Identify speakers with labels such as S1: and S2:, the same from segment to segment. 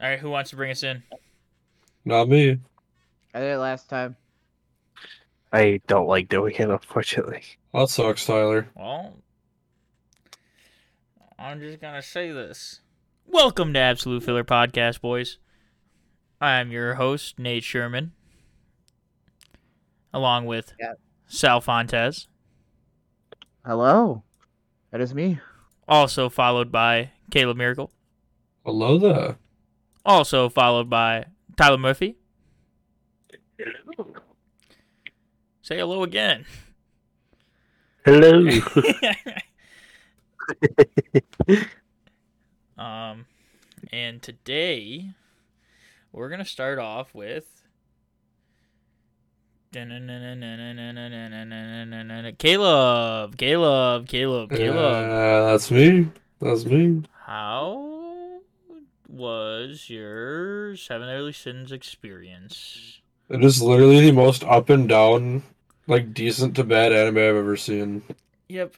S1: All right, who wants to bring us in?
S2: Not me.
S3: I did it last time.
S4: I don't like doing it, unfortunately.
S2: That sucks, Tyler.
S1: Well, I'm just gonna say this. Welcome to Absolute Filler Podcast, boys. I'm your host, Nate Sherman, along with
S3: Yeah.
S1: Sal Fontes,
S3: Hello. That is me.
S1: also followed by Caleb Miracle,
S2: Hello there.
S1: also followed by Tyler Murphy. Say hello again.
S4: Hello.
S1: um, and today we're gonna start off with Caleb, Caleb, Caleb, Caleb.
S2: Uh, that's me. That's me.
S1: How was your Seven Deadly Sins experience?
S2: It is literally the most up and down, like decent to bad anime I've ever seen.
S1: Yep,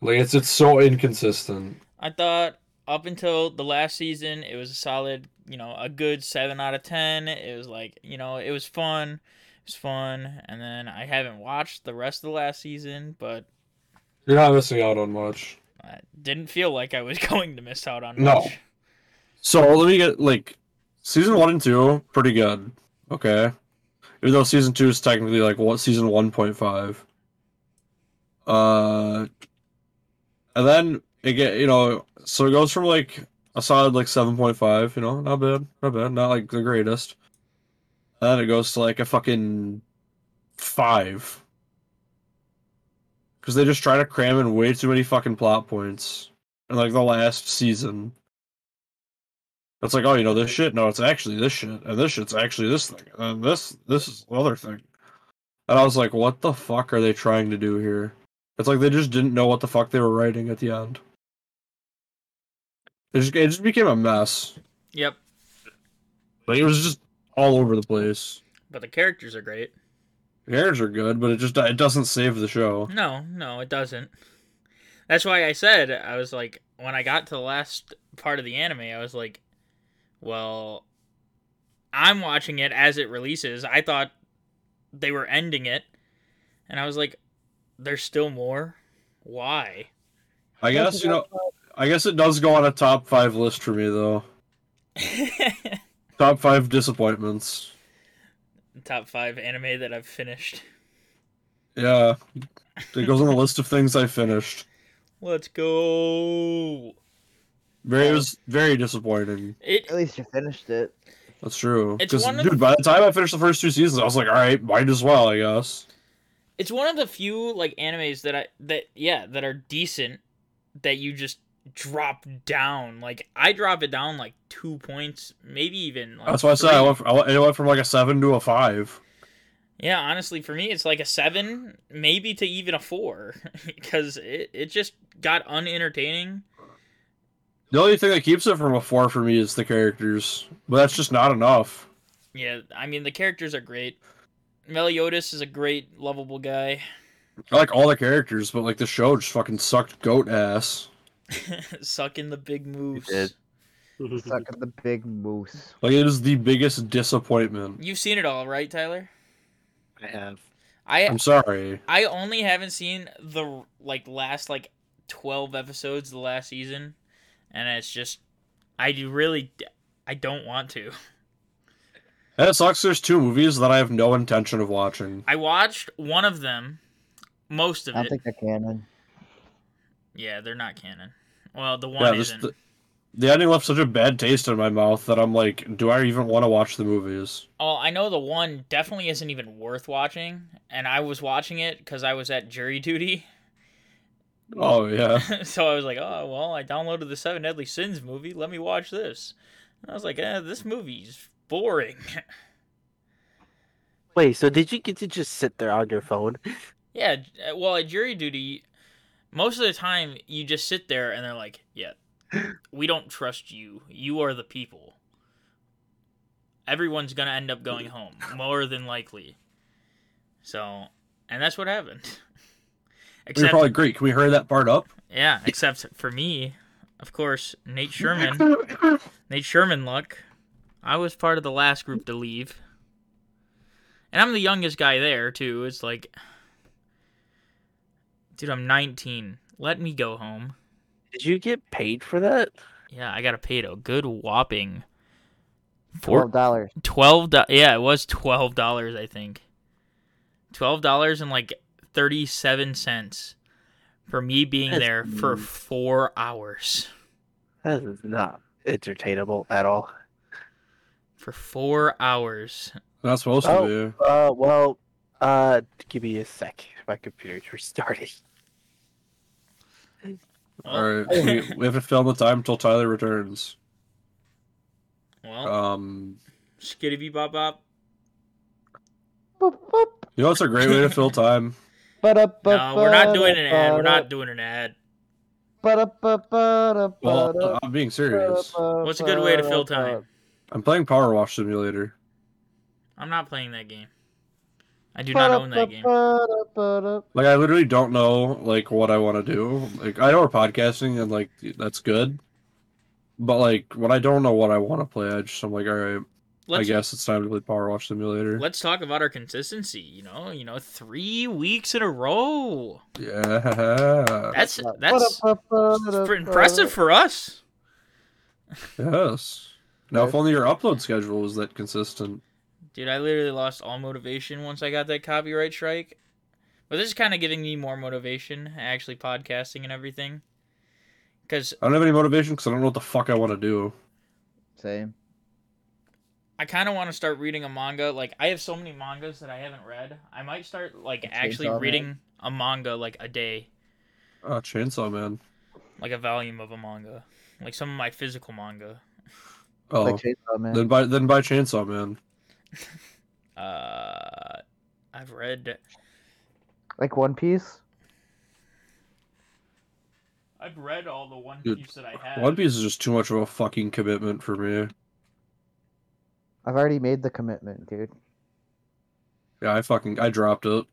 S2: Like it's it's so inconsistent.
S1: I thought up until the last season, it was a solid, you know, a good seven out of ten. It was like, you know, it was fun. It was fun. And then I haven't watched the rest of the last season, but
S2: You're not missing out on much.
S1: I didn't feel like I was going to miss out on
S2: No.
S1: much.
S2: So let me get like season one and two, pretty good. Okay. Even though season two is technically like what season one point five. Uh and then it get you know, so it goes from like a solid like seven point five, you know, not bad, not bad, not like the greatest. And then it goes to like a fucking five. Cause they just try to cram in way too many fucking plot points. in like the last season. It's like, oh, you know, this shit. No, it's actually this shit, and this shit's actually this thing, and this this is another thing. And I was like, what the fuck are they trying to do here? It's like they just didn't know what the fuck they were writing at the end. It just, it just became a mess.
S1: Yep.
S2: Like it was just all over the place.
S1: But the characters are great.
S2: The characters are good, but it just it doesn't save the show.
S1: No, no, it doesn't. That's why I said I was like when I got to the last part of the anime, I was like, well, I'm watching it as it releases. I thought they were ending it, and I was like, there's still more. Why?
S2: I guess you know. I guess it does go on a top five list for me though. Top five disappointments.
S1: Top five anime that I've finished.
S2: Yeah, it goes on the list of things I finished.
S1: Let's go.
S2: Very it was very disappointing.
S1: It
S3: At least you finished it.
S2: That's true.
S1: It's
S2: Because
S1: one of
S2: dude,
S1: the-
S2: by the time I finished the first two seasons, I was like, all right, might as well, I guess.
S1: it's one of the few like animes that I that yeah that are decent that you just drop down. Like I drop it down like two points, maybe even. Like,
S2: That's why I said I
S1: three.
S2: went, from, I went- it went from like a seven to a five.
S1: Yeah, honestly, for me, it's like a seven, maybe to even a four, because it it just got unentertaining.
S2: The only thing that keeps it from a four for me is the characters, but that's just not enough.
S1: Yeah, I mean the characters are great. Meliodas is a great lovable guy.
S2: I like all the characters, but like the show just fucking sucked goat ass.
S1: Sucking the big moves.
S4: did.
S3: Suck at the big moose.
S2: Like it is the biggest disappointment.
S1: You've seen it all, right, Tyler?
S4: I have.
S1: I
S2: I'm sorry.
S1: I only haven't seen the like last like 12 episodes of the last season and it's just I do really I don't want to.
S2: And it sucks. There's two movies that I have no intention of watching.
S1: I watched one of them, most
S3: I
S1: of
S3: don't
S1: it.
S3: think I can.
S1: Yeah, they're not canon. Well, the one
S2: this-
S1: isn't.
S2: the, the ending left such a bad taste in my mouth that I'm like, do I even want to watch the movies?
S1: Oh, I know the one definitely isn't even worth watching and I was watching it cuz I was at jury duty.
S2: Oh yeah,
S1: so I was like, "Oh, well, I downloaded the Seven Deadly Sins movie. Let me watch this." And I was like, eh, this movie's boring."
S4: Wait, so did you get to just sit there on your phone?
S1: Yeah, j- uh, well, at jury duty, most of the time you just sit there and they're like, "Yeah, we don't trust you. You are the people. Everyone's gonna end up going home, more than likely." So, and that's what happened.
S2: we are
S1: Except,
S2: probably Greek. Can we hurry that part up?
S1: yeah, except for me, of course, Nate Sherman, Nate Sherman luck I was part of the last group to leave. And I'm the youngest guy there, too. It's like, dude, I'm 19. Let me go home.
S4: Did you get paid for that?
S1: Yeah, I got a paid a good whopping four,
S3: Twelve dollars.
S1: twelve. do- Yeah, it was twelve dollars, I think. Twelve dollars and like thirty-seven cents for me being
S4: That's
S1: there for
S4: mean.
S1: four hours.
S4: That is not entertainable at all.
S1: For four hours.
S2: Not supposed
S4: Oh.
S2: to be.
S4: Uh, well, uh, give me a sec. My computer's restarting.
S1: Oh.
S2: All right, we, we have to film the time until Tyler returns.
S1: Well,
S2: Um,
S1: skitty bee bop bop.
S3: Boop, boop.
S2: you know, it's a great way to fill time.
S1: No, we're not doing an ad. We're not doing an ad.
S2: Well, I'm being serious.
S1: What's a good way to fill time?
S2: I'm playing Power Wash Simulator.
S1: I'm not playing that game. I do not own that game.
S2: Like, I literally don't know like what I want to do. Like, I know we're podcasting, and like that's good. But like when I don't know what I want to play, I just I'm like, all right,
S1: Let's
S2: I guess it's time to play Power Wash Simulator.
S1: let's talk about our consistency. You know, you know, three weeks in a row.
S2: Yeah.
S1: That's that's pr- impressive for us.
S2: Yes. Now, if only your upload schedule was that consistent.
S1: Dude, I literally lost all motivation once I got that copyright strike. But this is kind of giving me more motivation, actually podcasting and everything. Cuz
S2: I don't have any motivation because I don't know what the fuck I want to do.
S3: Same.
S1: I kind of want to start reading a manga. Like I have so many mangas that I haven't read. I might start like actually
S3: Chainsaw Man.
S1: reading a manga like a day,
S2: Ah, Chainsaw Man.
S1: like a volume of a manga, like some of my physical manga.
S2: Oh,
S3: Like Chainsaw Man.
S2: then buy then buy Chainsaw Man.
S1: Uh, I've read
S3: Like One Piece.
S1: I've read all the One
S2: Dude,
S1: Piece that I had.
S2: One Piece is just too much of a fucking commitment for me.
S3: I've already made the commitment, dude.
S2: Yeah, I fucking I dropped it.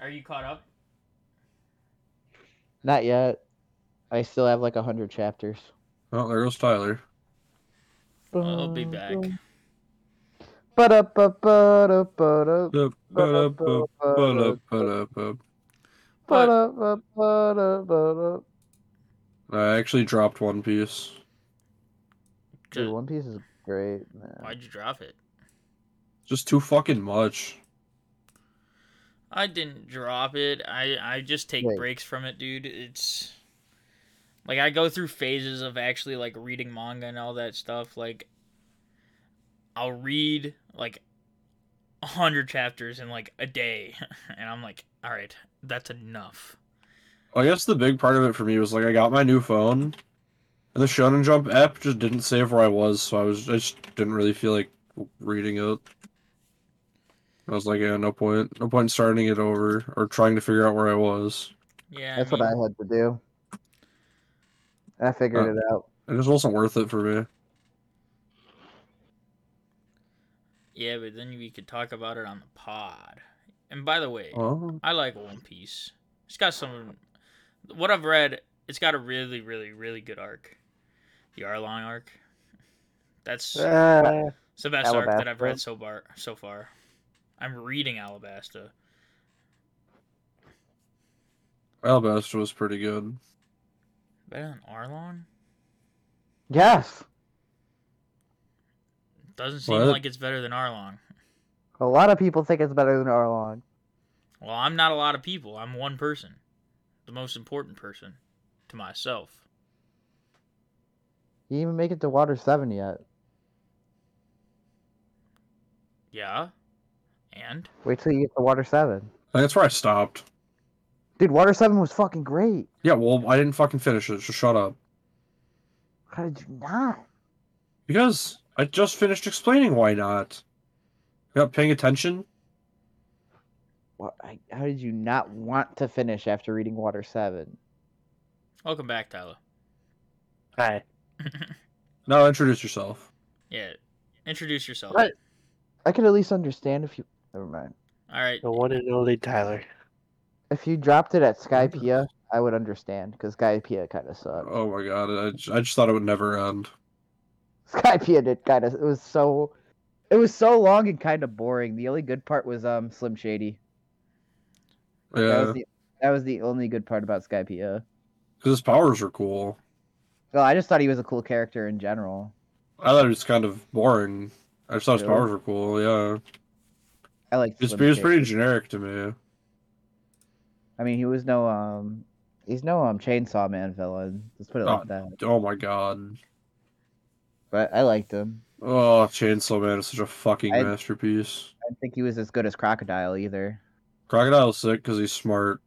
S1: Are you caught up?
S3: Not yet. I still have like a hundred chapters.
S2: Oh, there goes Tyler. Uh,
S1: I'll be back.
S3: Ba-da-ba-ba-da-ba-da.
S2: Dup, ba-dup, bup, ba-dup, ba-dup, bup.
S1: But
S3: Ba-da-ba-ba-da-ba-da.
S2: I actually dropped One Piece.
S3: Dude, One Piece is great, man.
S1: why'd you drop it?
S2: Just too fucking much.
S1: I didn't drop it. I I just take
S3: Right.
S1: breaks from it, dude. It's like I go through phases of actually like reading manga and all that stuff. Like I'll read like a hundred chapters in like a day, and I'm like, all right, that's enough.
S2: I guess the big part of it for me was like I got my new phone, and the Shonen Jump app just didn't save where I was, so I was I just didn't really feel like reading it. I was like, yeah, no point, no point in starting it over or trying to figure out where I was.
S1: Yeah, I
S3: That's what
S1: mean,
S3: I had to do. I figured
S2: Uh,
S3: it out.
S2: It just wasn't worth it for me.
S1: yeah, but then we could talk about it on the pod. And by the way,
S2: Oh,
S1: I like One Piece. It's got some. What I've read, it's got a really, really, really good arc. The Arlong arc. That's it's
S4: Uh,
S1: the best arc that I've
S3: Eh, Alabasta.
S1: read so far. So far, I'm reading Alabasta.
S2: Alabasta was pretty good.
S1: Better than Arlong?
S3: Yes,
S1: Doesn't seem
S2: What?
S1: like it's better than Arlong.
S3: a lot of people think it's better than Arlong.
S1: Well, I'm not a lot of people. I'm one person, the most important person to myself.
S3: You didn't even make it to Water Seven yet.
S1: Yeah, and
S3: Wait till you get to Water Seven,
S2: Like, that's where I stopped.
S3: dude. Water Seven was fucking great.
S2: Yeah, well, I didn't fucking finish it. So shut up.
S3: How did you not?
S2: Because I just finished explaining why not. You're not paying attention.
S3: Wha- I- How did you not want to finish after reading Water Seven?
S1: welcome back, Tyler.
S4: hi.
S2: Now introduce yourself.
S1: yeah, introduce yourself.
S3: What? I could at least understand if you. Never mind.
S1: All right,
S4: The one and only Tyler.
S3: If you dropped it at Skypea, I would understand because Skypea kind of sucked.
S2: Oh my god, I, j- I just thought it would never end.
S3: Skypea did kind of. It was so, it was so long and kind of boring. The only good part was um Slim Shady. That
S2: Yeah,
S3: was the that was the only good part about Skypea.
S2: because his powers are cool.
S3: Well, I just thought he was a cool character in general.
S2: I thought it was kind of boring. I just thought his
S3: Really?
S2: powers were cool. Yeah,
S3: I like.
S2: it's,
S3: Slim
S2: it was
S3: Shady.
S2: pretty generic to me.
S3: I mean, he was no um, he's no um Chainsaw Man villain. Let's put it
S2: Oh.
S3: like that.
S2: Oh my god!
S3: But I liked him.
S2: Oh, Chainsaw Man is such a fucking
S3: I-
S2: masterpiece.
S3: I didn't think he was as good as Crocodile either.
S2: Crocodile's sick because he's smart.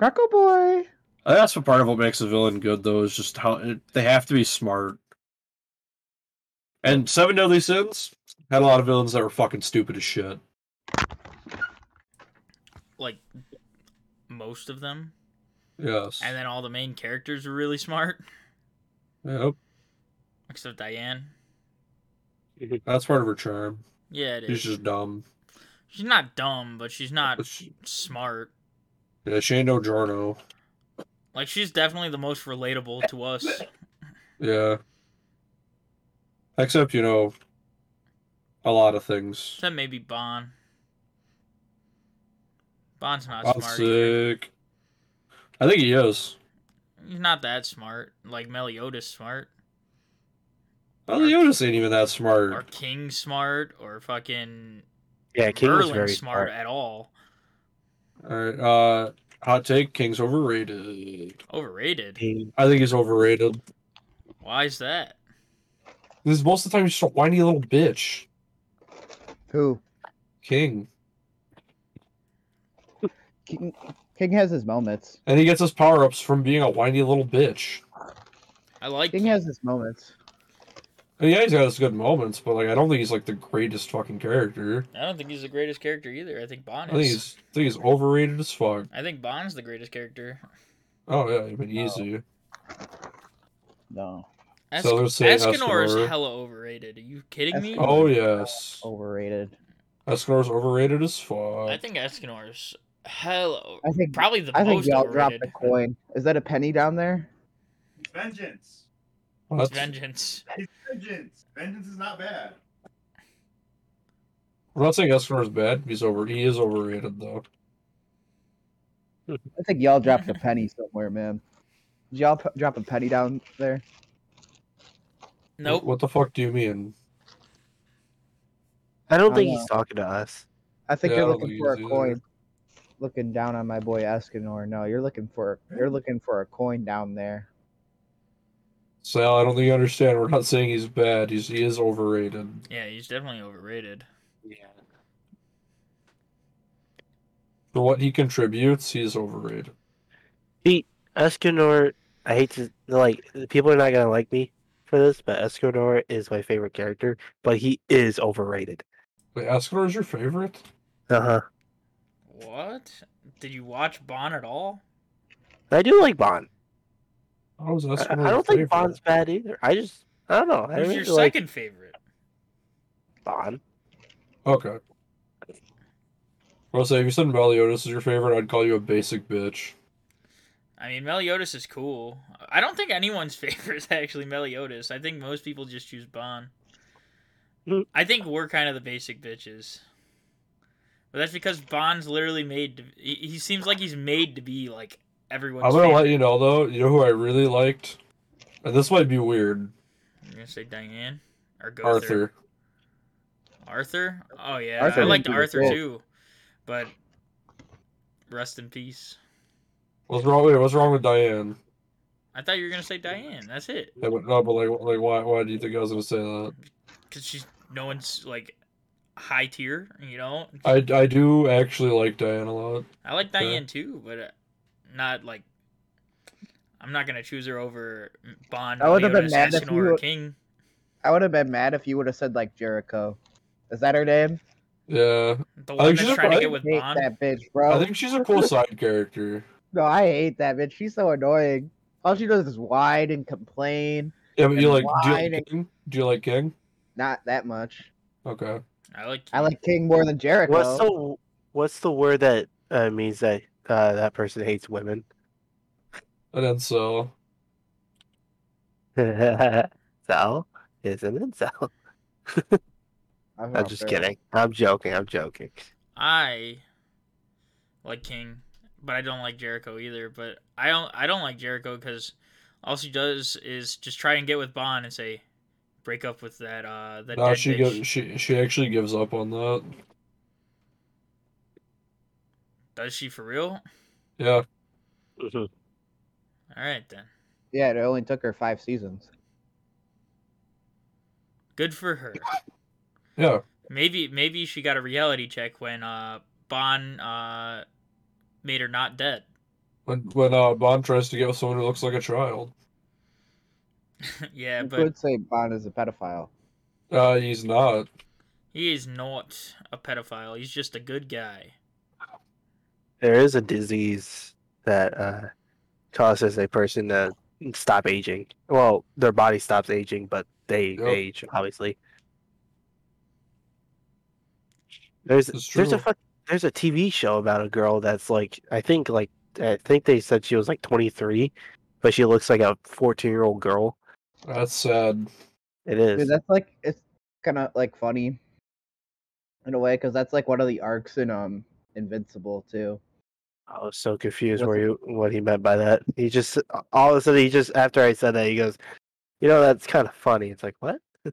S3: Croco Boy.
S2: Uh, That's what part of what makes a villain good, though, is just how it, they have to be smart. And Seven Deadly Sins had a lot of villains that were fucking stupid as shit.
S1: like most of them,
S2: Yes.
S1: and then all the main characters were really smart,
S2: Yep.
S1: except Diane.
S2: That's part of her charm.
S1: Yeah, it is.
S2: She's just dumb.
S1: She's not dumb, but she's not
S2: She,
S1: smart.
S2: yeah, she ain't no Jorno.
S1: Like she's definitely the most relatable to us.
S2: Yeah. Except, you know, a lot of things.
S1: Except maybe Bon. Bon's not
S2: I'm
S1: smart. Either.
S2: sick. I think he is.
S1: He's not that smart. Like Meliodas smart,
S2: I think Otis ain't even that
S1: or
S2: smart.
S1: King smart, or fucking
S4: Yeah, King was
S1: Merlin
S4: very
S1: smart,
S4: smart.
S1: at all.
S2: Alright, uh, hot take King's overrated.
S1: Overrated.
S4: King-
S2: I think he's overrated.
S1: Why is that?
S2: Because most of the time he's just a whiny little bitch.
S3: Who?
S2: King.
S3: King, King has his moments.
S2: And he gets his power ups from being a whiny little bitch.
S1: I like
S3: King has his moments.
S2: And yeah, he's got his good moments, but like I don't think he's like the greatest fucking character.
S1: I don't think he's the greatest character either. I think
S2: I
S1: Bond
S2: think
S1: is.
S2: he's I think he's overrated as fuck.
S1: I think Bond's the greatest character.
S2: Oh yeah, I mean easy.
S3: No,
S1: Esk-
S2: So let's say
S1: Escanor is
S2: Escanor.
S1: hella overrated. Are you kidding me?
S3: Escanor.
S2: Oh yes.
S3: overrated.
S2: Escanor's overrated as fuck.
S1: I think Escanor's hella over-
S3: I think
S1: probably the
S3: I think
S1: most
S3: y'all dropped
S1: overrated.
S3: a coin. Is that a penny down there?
S5: Vengeance.
S2: What?
S1: Vengeance.
S5: It's vengeance. Vengeance is not bad.
S2: I'm not saying Escanor's bad. He's over he is overrated though.
S3: I think y'all dropped a penny somewhere, man. Did y'all p- drop a penny down there?
S1: Nope.
S2: What the fuck do you mean?
S4: I don't
S3: I
S4: think
S3: know.
S4: he's talking to us.
S3: I think
S2: Yeah, I
S3: you're
S2: don't
S3: looking
S2: think
S3: for a
S2: it is either.
S3: coin. Looking down on my boy Escanor. No, you're looking for you're looking for a coin down there.
S2: Sal, I don't think you understand. We're not saying he's bad. He's he is overrated.
S1: Yeah, he's definitely overrated.
S4: Yeah.
S2: For what he contributes, he's overrated.
S4: Escanor, I hate to like people are not gonna like me for this, but Escanor is my favorite character, but he is overrated.
S2: Wait, Escanor is your favorite?
S4: Uh huh.
S1: What? Did you watch Bond at all?
S4: I do like Bond.
S2: How is
S4: I, I
S2: Escanor your
S4: don't
S2: favorite?
S4: think Bond's bad either. I just I don't know. I
S1: Who's
S4: really
S1: your
S4: like
S1: second favorite?
S4: Bond.
S2: Okay. I'll say if you said Meliodas is your favorite, I'd call you a basic bitch.
S1: I mean, Meliodas is cool. I don't think anyone's favorite is actually Meliodas. I think most people just choose Bon.
S4: Mm.
S1: I think we're kind of the basic bitches. But that's because Bond's literally made to, he, he seems like he's made to be like everyone's
S2: I'm gonna
S1: favorite.
S2: let you know though. You know who I really liked, and this might be weird.
S1: I'm gonna say Diane or Gother.
S2: Arthur.
S1: Arthur? Oh yeah.
S3: Arthur
S1: I liked
S3: didn't do
S1: Arthur
S3: shit.
S1: too. But rest in peace.
S2: What's wrong? Wait, what's wrong with Diane?
S1: I thought you were gonna say Diane. That's it.
S2: Yeah, but, no, but like, like, why? Why do you think I was gonna say that?
S1: Cause she's no one's like high tier, you know.
S2: I, I do actually like Diane a lot.
S1: I like
S2: Yeah.
S1: Diane too, but uh, not like I'm not gonna choose her over Bond,
S3: I would've been
S1: Meliodas,
S3: mad if
S1: Escanor,
S3: you
S1: or
S3: were-
S1: King.
S3: I would have been mad if you would have said like Jericho. Is that her name?
S2: Yeah,
S1: The one
S2: she's
S1: that's
S2: a-
S1: trying
S2: I
S1: to get with
S3: hate
S1: Bond.
S3: that bitch, bro.
S2: I think she's a cool side character.
S3: No, I hate that bitch. She's so annoying. All she does is whine and complain.
S2: Yeah, but you
S3: And
S2: like? Do you
S3: wide
S2: like King? Do you like King?
S3: Not that much.
S2: Okay.
S1: I like.
S3: I like King more than Jericho.
S4: What's the what's the word that uh, means that uh, that person hates women?
S2: And then so
S4: I incel is an incel.
S3: I'm
S4: I'm just kidding. I'm joking. I'm joking.
S1: I like King, but I don't like Jericho either. But I don't I don't like Jericho because all she does is just try and get with Bond and say, break up with that uh that
S2: No,
S1: dead
S2: she
S1: bitch."
S2: gives, she she actually gives up on that.
S1: Does she for real?
S2: Yeah,
S1: All right then.
S3: Yeah, it only took her five seasons.
S1: Good for her.
S2: yeah.
S1: Maybe maybe she got a reality check when uh Bond uh made her not dead.
S2: When when uh, Bond tries to get with someone who looks like a child,
S1: yeah,
S3: you
S1: but
S3: could say Bond is a pedophile.
S2: uh, he's not.
S1: he is not a pedophile. He's just a good guy.
S4: There is a disease that uh, causes a person to stop aging. Well, their body stops aging, but they
S2: Yep.
S4: age obviously. There's
S2: It's
S4: there's
S2: true.
S4: a fuck, there's a TV show about a girl that's like I think like I think they said she was like 23, but she looks like a 14 year old girl.
S2: That's sad.
S4: It
S3: Dude,
S4: is.
S3: that's like it's kind of like funny in a way because that's like one of the arcs in um Invincible too.
S4: I was so confused
S3: What's
S4: where you what he meant by that. He just all of a sudden he just after I said that he goes, you know that's kind of funny. It's like what?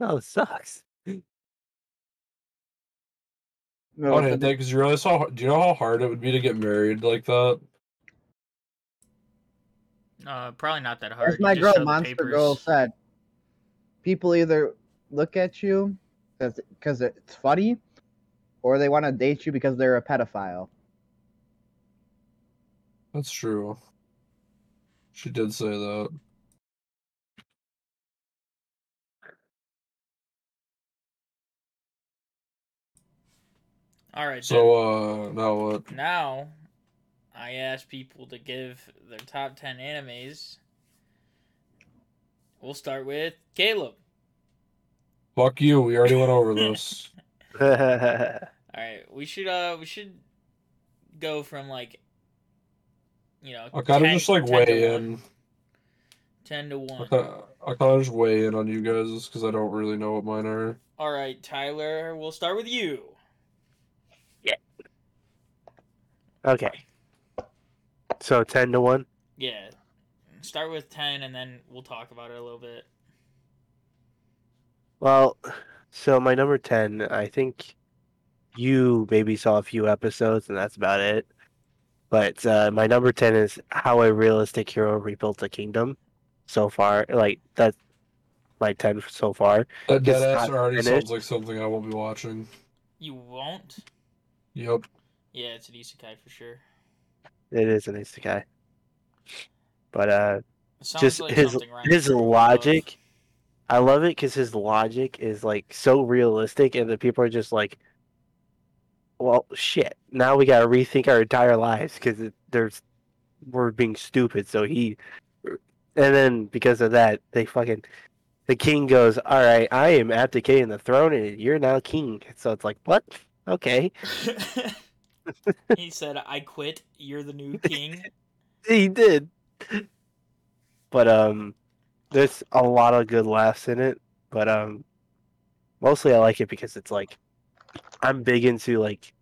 S4: no, it sucks.
S3: No,
S1: Oh,
S2: I
S3: so
S2: hate that
S3: they-
S2: because you realize how do you know how hard it would be to get married like that?
S1: Uh, probably not that hard.
S3: as
S1: You
S3: my
S1: just
S3: girl
S1: show the
S3: Monster
S1: papers.
S3: Girl said, people either look at you because it's funny, or they want to date you because they're a pedophile.
S2: That's true. She did say that.
S1: All right. then.
S2: So uh, now what?
S1: Now, I ask people to give their top 10 animes. We'll start with Caleb.
S2: Fuck you. We already went over this.
S1: All right, we should uh we should go from like you know
S2: I kind of
S1: 10
S2: just like
S1: 10 to
S2: weigh
S1: one.
S2: in.
S1: 10 to
S2: I
S1: 1.
S2: kind of just weigh in on you guys because I don't really know what mine are.
S1: All right, Tyler, we'll start with you.
S4: okay. So ten to one.
S1: Yeah. Start with 10 and then we'll talk about it a little bit.
S4: Well, so my number ten, I think you maybe saw a few episodes and that's about it. But uh, my number ten is how a realistic hero rebuilt a kingdom. So far, like that's my ten so far.
S2: That
S4: It's
S2: dead ass
S4: not
S2: already sounds
S4: finished.
S2: like something I won't be watching.
S1: You won't?
S2: Yep.
S1: Yeah, it's an isekai for sure.
S4: It is an isekai. But uh,
S1: It sounds
S4: Just
S1: like
S4: his-
S1: something Ryan
S4: his
S1: Coogler would love.
S4: logic, I love it because his logic is like so realistic, and the people are just like, "Well, shit! Now we gotta rethink our entire lives because there's we're being stupid." So he, and then because of that, they fucking the king goes, "All right, I am abdicating the throne, and you're now king." So it's like, what? Okay,
S1: he said, "I quit. You're the new king."
S4: he did. But um, there's a lot of good laughs in it. But um, mostly I like it because it's like I'm big into like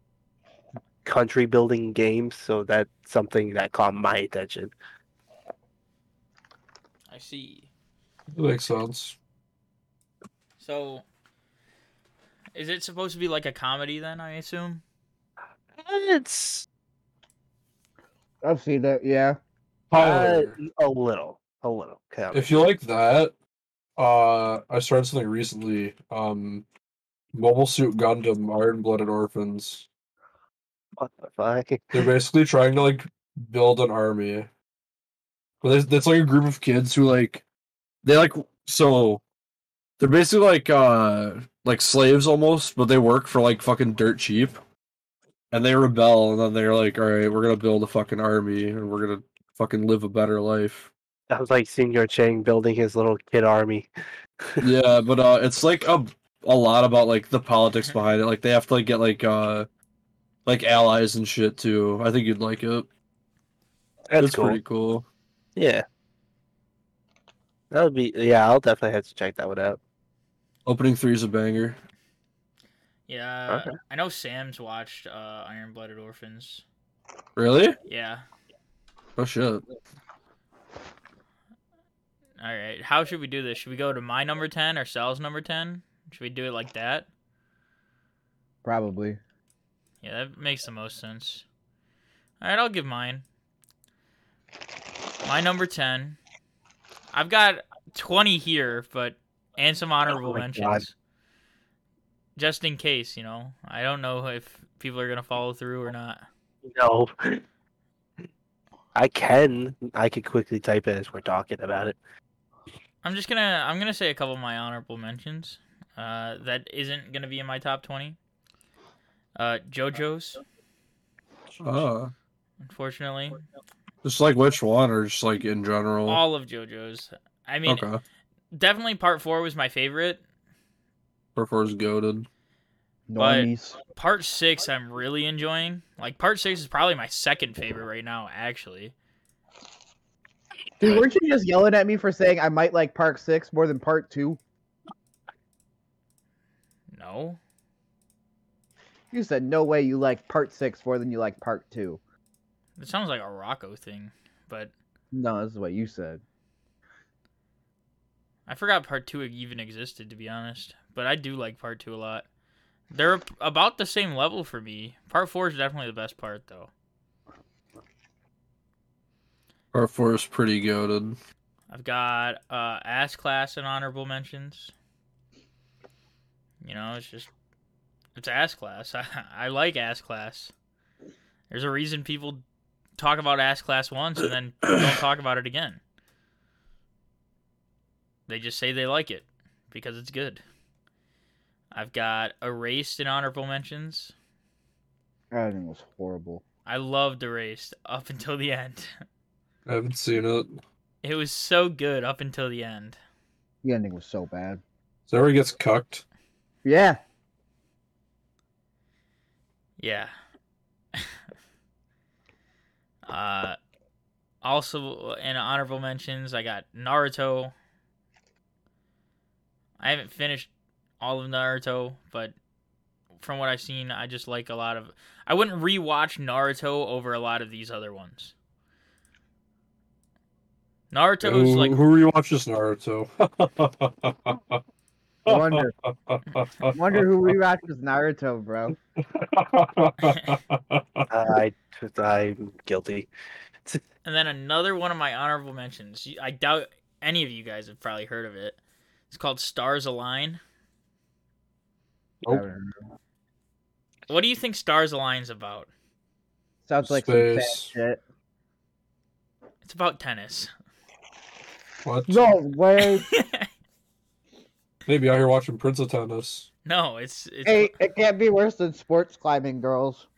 S4: country building games, so that's something that caught my attention.
S1: I see.
S2: That makes sense.
S1: So, is it supposed to be like a comedy then? I assume.
S4: It's
S3: I've seen it. Yeah,
S4: uh,
S2: Tyler,
S4: a little, a little. Okay.
S2: if you like that, uh, I started something recently. Um, Mobile Suit Gundam, Iron Blooded Orphans.
S4: What the fuck?
S2: They're basically trying to like build an army. But there's- that's like a group of kids who like they like so they're basically like uh like slaves almost, but they work for like fucking dirt cheap. And they rebel and then they're like, Alright, we're gonna build a fucking army and we're gonna fucking live a better life.
S4: I was like Senior Chang building his little kid army.
S2: yeah, but uh it's like a a lot about like the politics behind it. Like they have to like get like uh like allies and shit too. I think you'd like it.
S4: That's
S2: it's
S4: cool.
S2: pretty cool.
S4: Yeah. That would be yeah. I'll definitely have to check that one out.
S2: Opening three is a banger.
S1: Yeah,
S4: Okay.
S1: I know Sam's watched uh, Iron Blooded Orphans.
S2: Really?
S1: Yeah.
S2: Oh shit.
S1: All right. How should we do this? Should we go to my number ten or Sal's number ten? Should we do it like that?
S3: Probably.
S1: Yeah, that makes the most sense. All right, I'll give mine. My number 10. I've got 20 here, but and some honorable
S4: Oh my
S1: mentions. Just in case, you know. I don't know if people are going to follow through or not.
S4: No, I can. I could quickly type it as we're talking about it.
S1: I'm just going to I'm going to say a couple of my honorable mentions. Uh that isn't going to be in my top 20. Uh JoJo's,
S2: Uh,
S1: unfortunately.
S2: just like which one, or just like in general?
S1: All of JoJo's. I mean,
S2: okay.
S1: definitely part 4 was my favorite.
S2: Before it's goaded.
S1: But-
S3: Normies.
S1: part six i'm really enjoying like part six is probably my second favorite right now actually
S3: Dude, weren't you just yelling at me for saying I might like Park Six more than Part Two?
S1: no
S3: You said no way you like Part Six more than you like Part Two.
S1: it sounds like a rocco thing but
S3: No, this is what you said.
S1: i forgot part two even existed to be honest but i do like part two a lot they're about the same level for me part four is definitely the best part though
S2: Part four is pretty goaded.
S1: i've got uh ass class and honorable mentions you know it's just it's ass class i, I like ass class there's a reason people talk about ass class once and then don't talk about it again. They just say they like it because it's good. I've got Erased in honorable mentions.
S3: That thing was horrible.
S1: I loved Erased up until the end.
S2: I haven't seen it.
S1: It was so good up until the end.
S3: The ending was so bad.
S2: Is that where he gets cucked?
S3: Yeah.
S1: Yeah. uh also in honorable mentions, I got Naruto. I haven't finished all of Naruto, but from what I've seen, I just like a lot of I wouldn't rewatch Naruto over a lot of these other ones. Naruto's
S2: Who,
S1: like
S2: who rewatches Naruto?
S3: Wonder. Wonder who rewatches Naruto, bro.
S4: Uh, I I'm guilty.
S1: And then another one of my honorable mentions. you- I doubt any of you guys have probably heard of it. It's called Stars Align.
S2: Nope.
S1: What do you think Stars Align's about?
S3: Sounds like
S2: Space.
S3: some sad shit.
S1: It's about tennis.
S2: What?
S3: No way.
S2: Maybe out here watching Prince of Tennis.
S1: no, it's it's
S3: hey, it can't be worse than sports climbing, girls.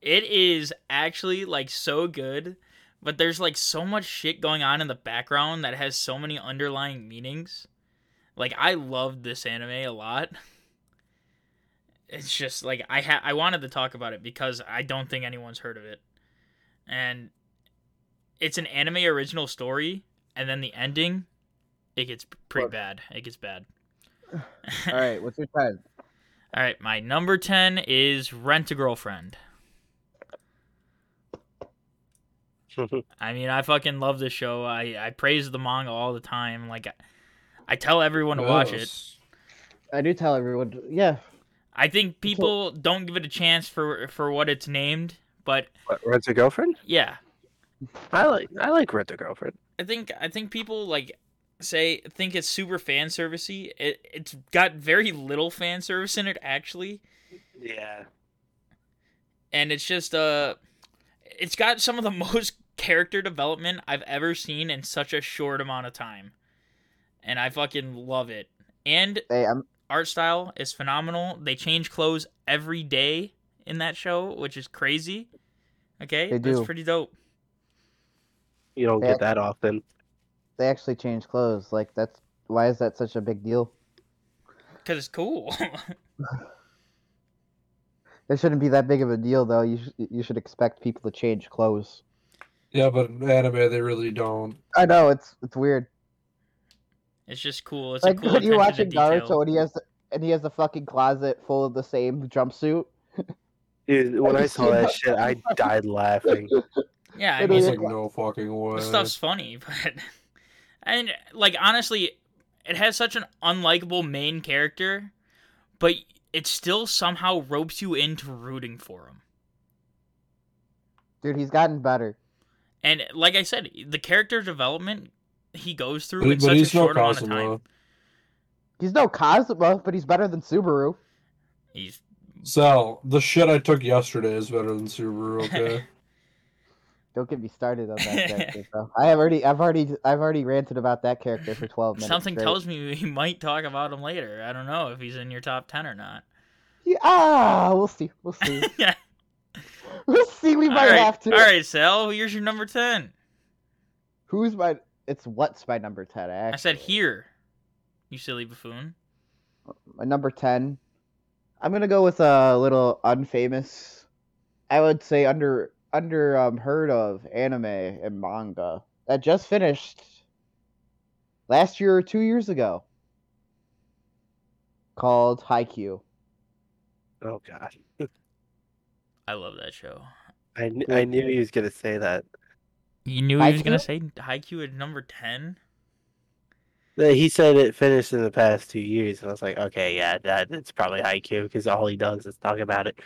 S1: it is actually like so good, but there's like so much shit going on in the background that has so many underlying meanings. Like I loved this anime a lot. It's just like I ha- I wanted to talk about it because I don't think anyone's heard of it. And it's an anime original story and then the ending it gets pretty
S3: Fuck.
S1: bad. It gets bad.
S3: All right, what's your time?
S1: All right, my number 10 is Rent a Girlfriend. I mean, I fucking love this show. I, I praise the manga all the time. Like, I, I tell everyone to watch it.
S2: Yes.
S3: I do tell everyone. to- Yeah,
S1: I think people don't give it a chance for for what it's named, but
S4: What, Rent a girlfriend?
S1: yeah,
S4: I like I like rent a girlfriend.
S1: I think I think people like say think it's super fan servicey. It it's got very little fan service in it actually.
S4: Yeah.
S1: and it's just uh it's got some of the most character development I've ever seen in such a short amount of time. And I fucking love it. And
S3: hey, I'm
S1: art style is phenomenal. They change clothes every day in that show, which is crazy. Okay?
S3: They
S1: That's
S3: do.
S1: pretty dope.
S4: You don't
S3: Yeah.
S4: get that often.
S3: they actually change clothes. Like that's why is that such a big deal?
S1: Cuz it's cool.
S3: That shouldn't be that big of a deal though. You sh- you should expect people to change clothes.
S2: Yeah, but in anime they really don't.
S3: I know it's it's weird.
S1: It's just cool. It's a
S3: like
S1: cool
S3: when you're
S1: attention
S3: watching
S1: to detail.
S3: Naruto and he has and he has a fucking closet full of the same jumpsuit.
S4: Dude, when
S3: I
S4: I
S3: just
S4: saw
S3: seen
S4: that
S3: that.
S4: shit, I died laughing.
S1: yeah, I
S3: It
S1: mean,
S2: It's
S3: is.
S1: like,
S2: like no fucking way.
S1: the stuff's funny, but and like honestly, it has such an unlikable main character, but it still somehow ropes you into rooting for him.
S3: Dude, he's gotten better.
S1: And like I said, the character development he goes through in
S2: But, but
S1: such a
S2: he's no
S1: short amount of time.
S2: Cosmo.
S3: He's no Kazuma, but he's better than Subaru.
S1: He's
S2: Sal, the shit I took yesterday is better than Subaru. Okay.
S3: Don't get me started on that character, bro. I have already, I've already, I've already ranted about that character for twelve minutes.
S1: something
S3: straight.
S1: tells me we might talk about him later. I don't know if he's in your top ten or not.
S3: Yeah, ah, we'll see, we'll see,
S1: yeah.
S3: we'll see. We
S1: All
S3: might
S1: right.
S3: have to.
S1: All right, Sal. Here's your number ten.
S3: Who's my? It's what's my number ten? Actually,
S1: I said here. You silly buffoon.
S3: my number ten. I'm gonna go with a little unfamous. I would say under under um, heard of anime and manga that just finished last year or two years ago. Called Haikyuu.
S4: Oh god,
S1: I love that show.
S4: I, kn- I knew he was gonna say that.
S1: You knew he was
S3: Haikyuu?
S1: gonna say Haikyuu at number ten.
S4: That He said it finished in the past two years, and I was like, okay, yeah, that it's probably IQ because all he does is talk about it.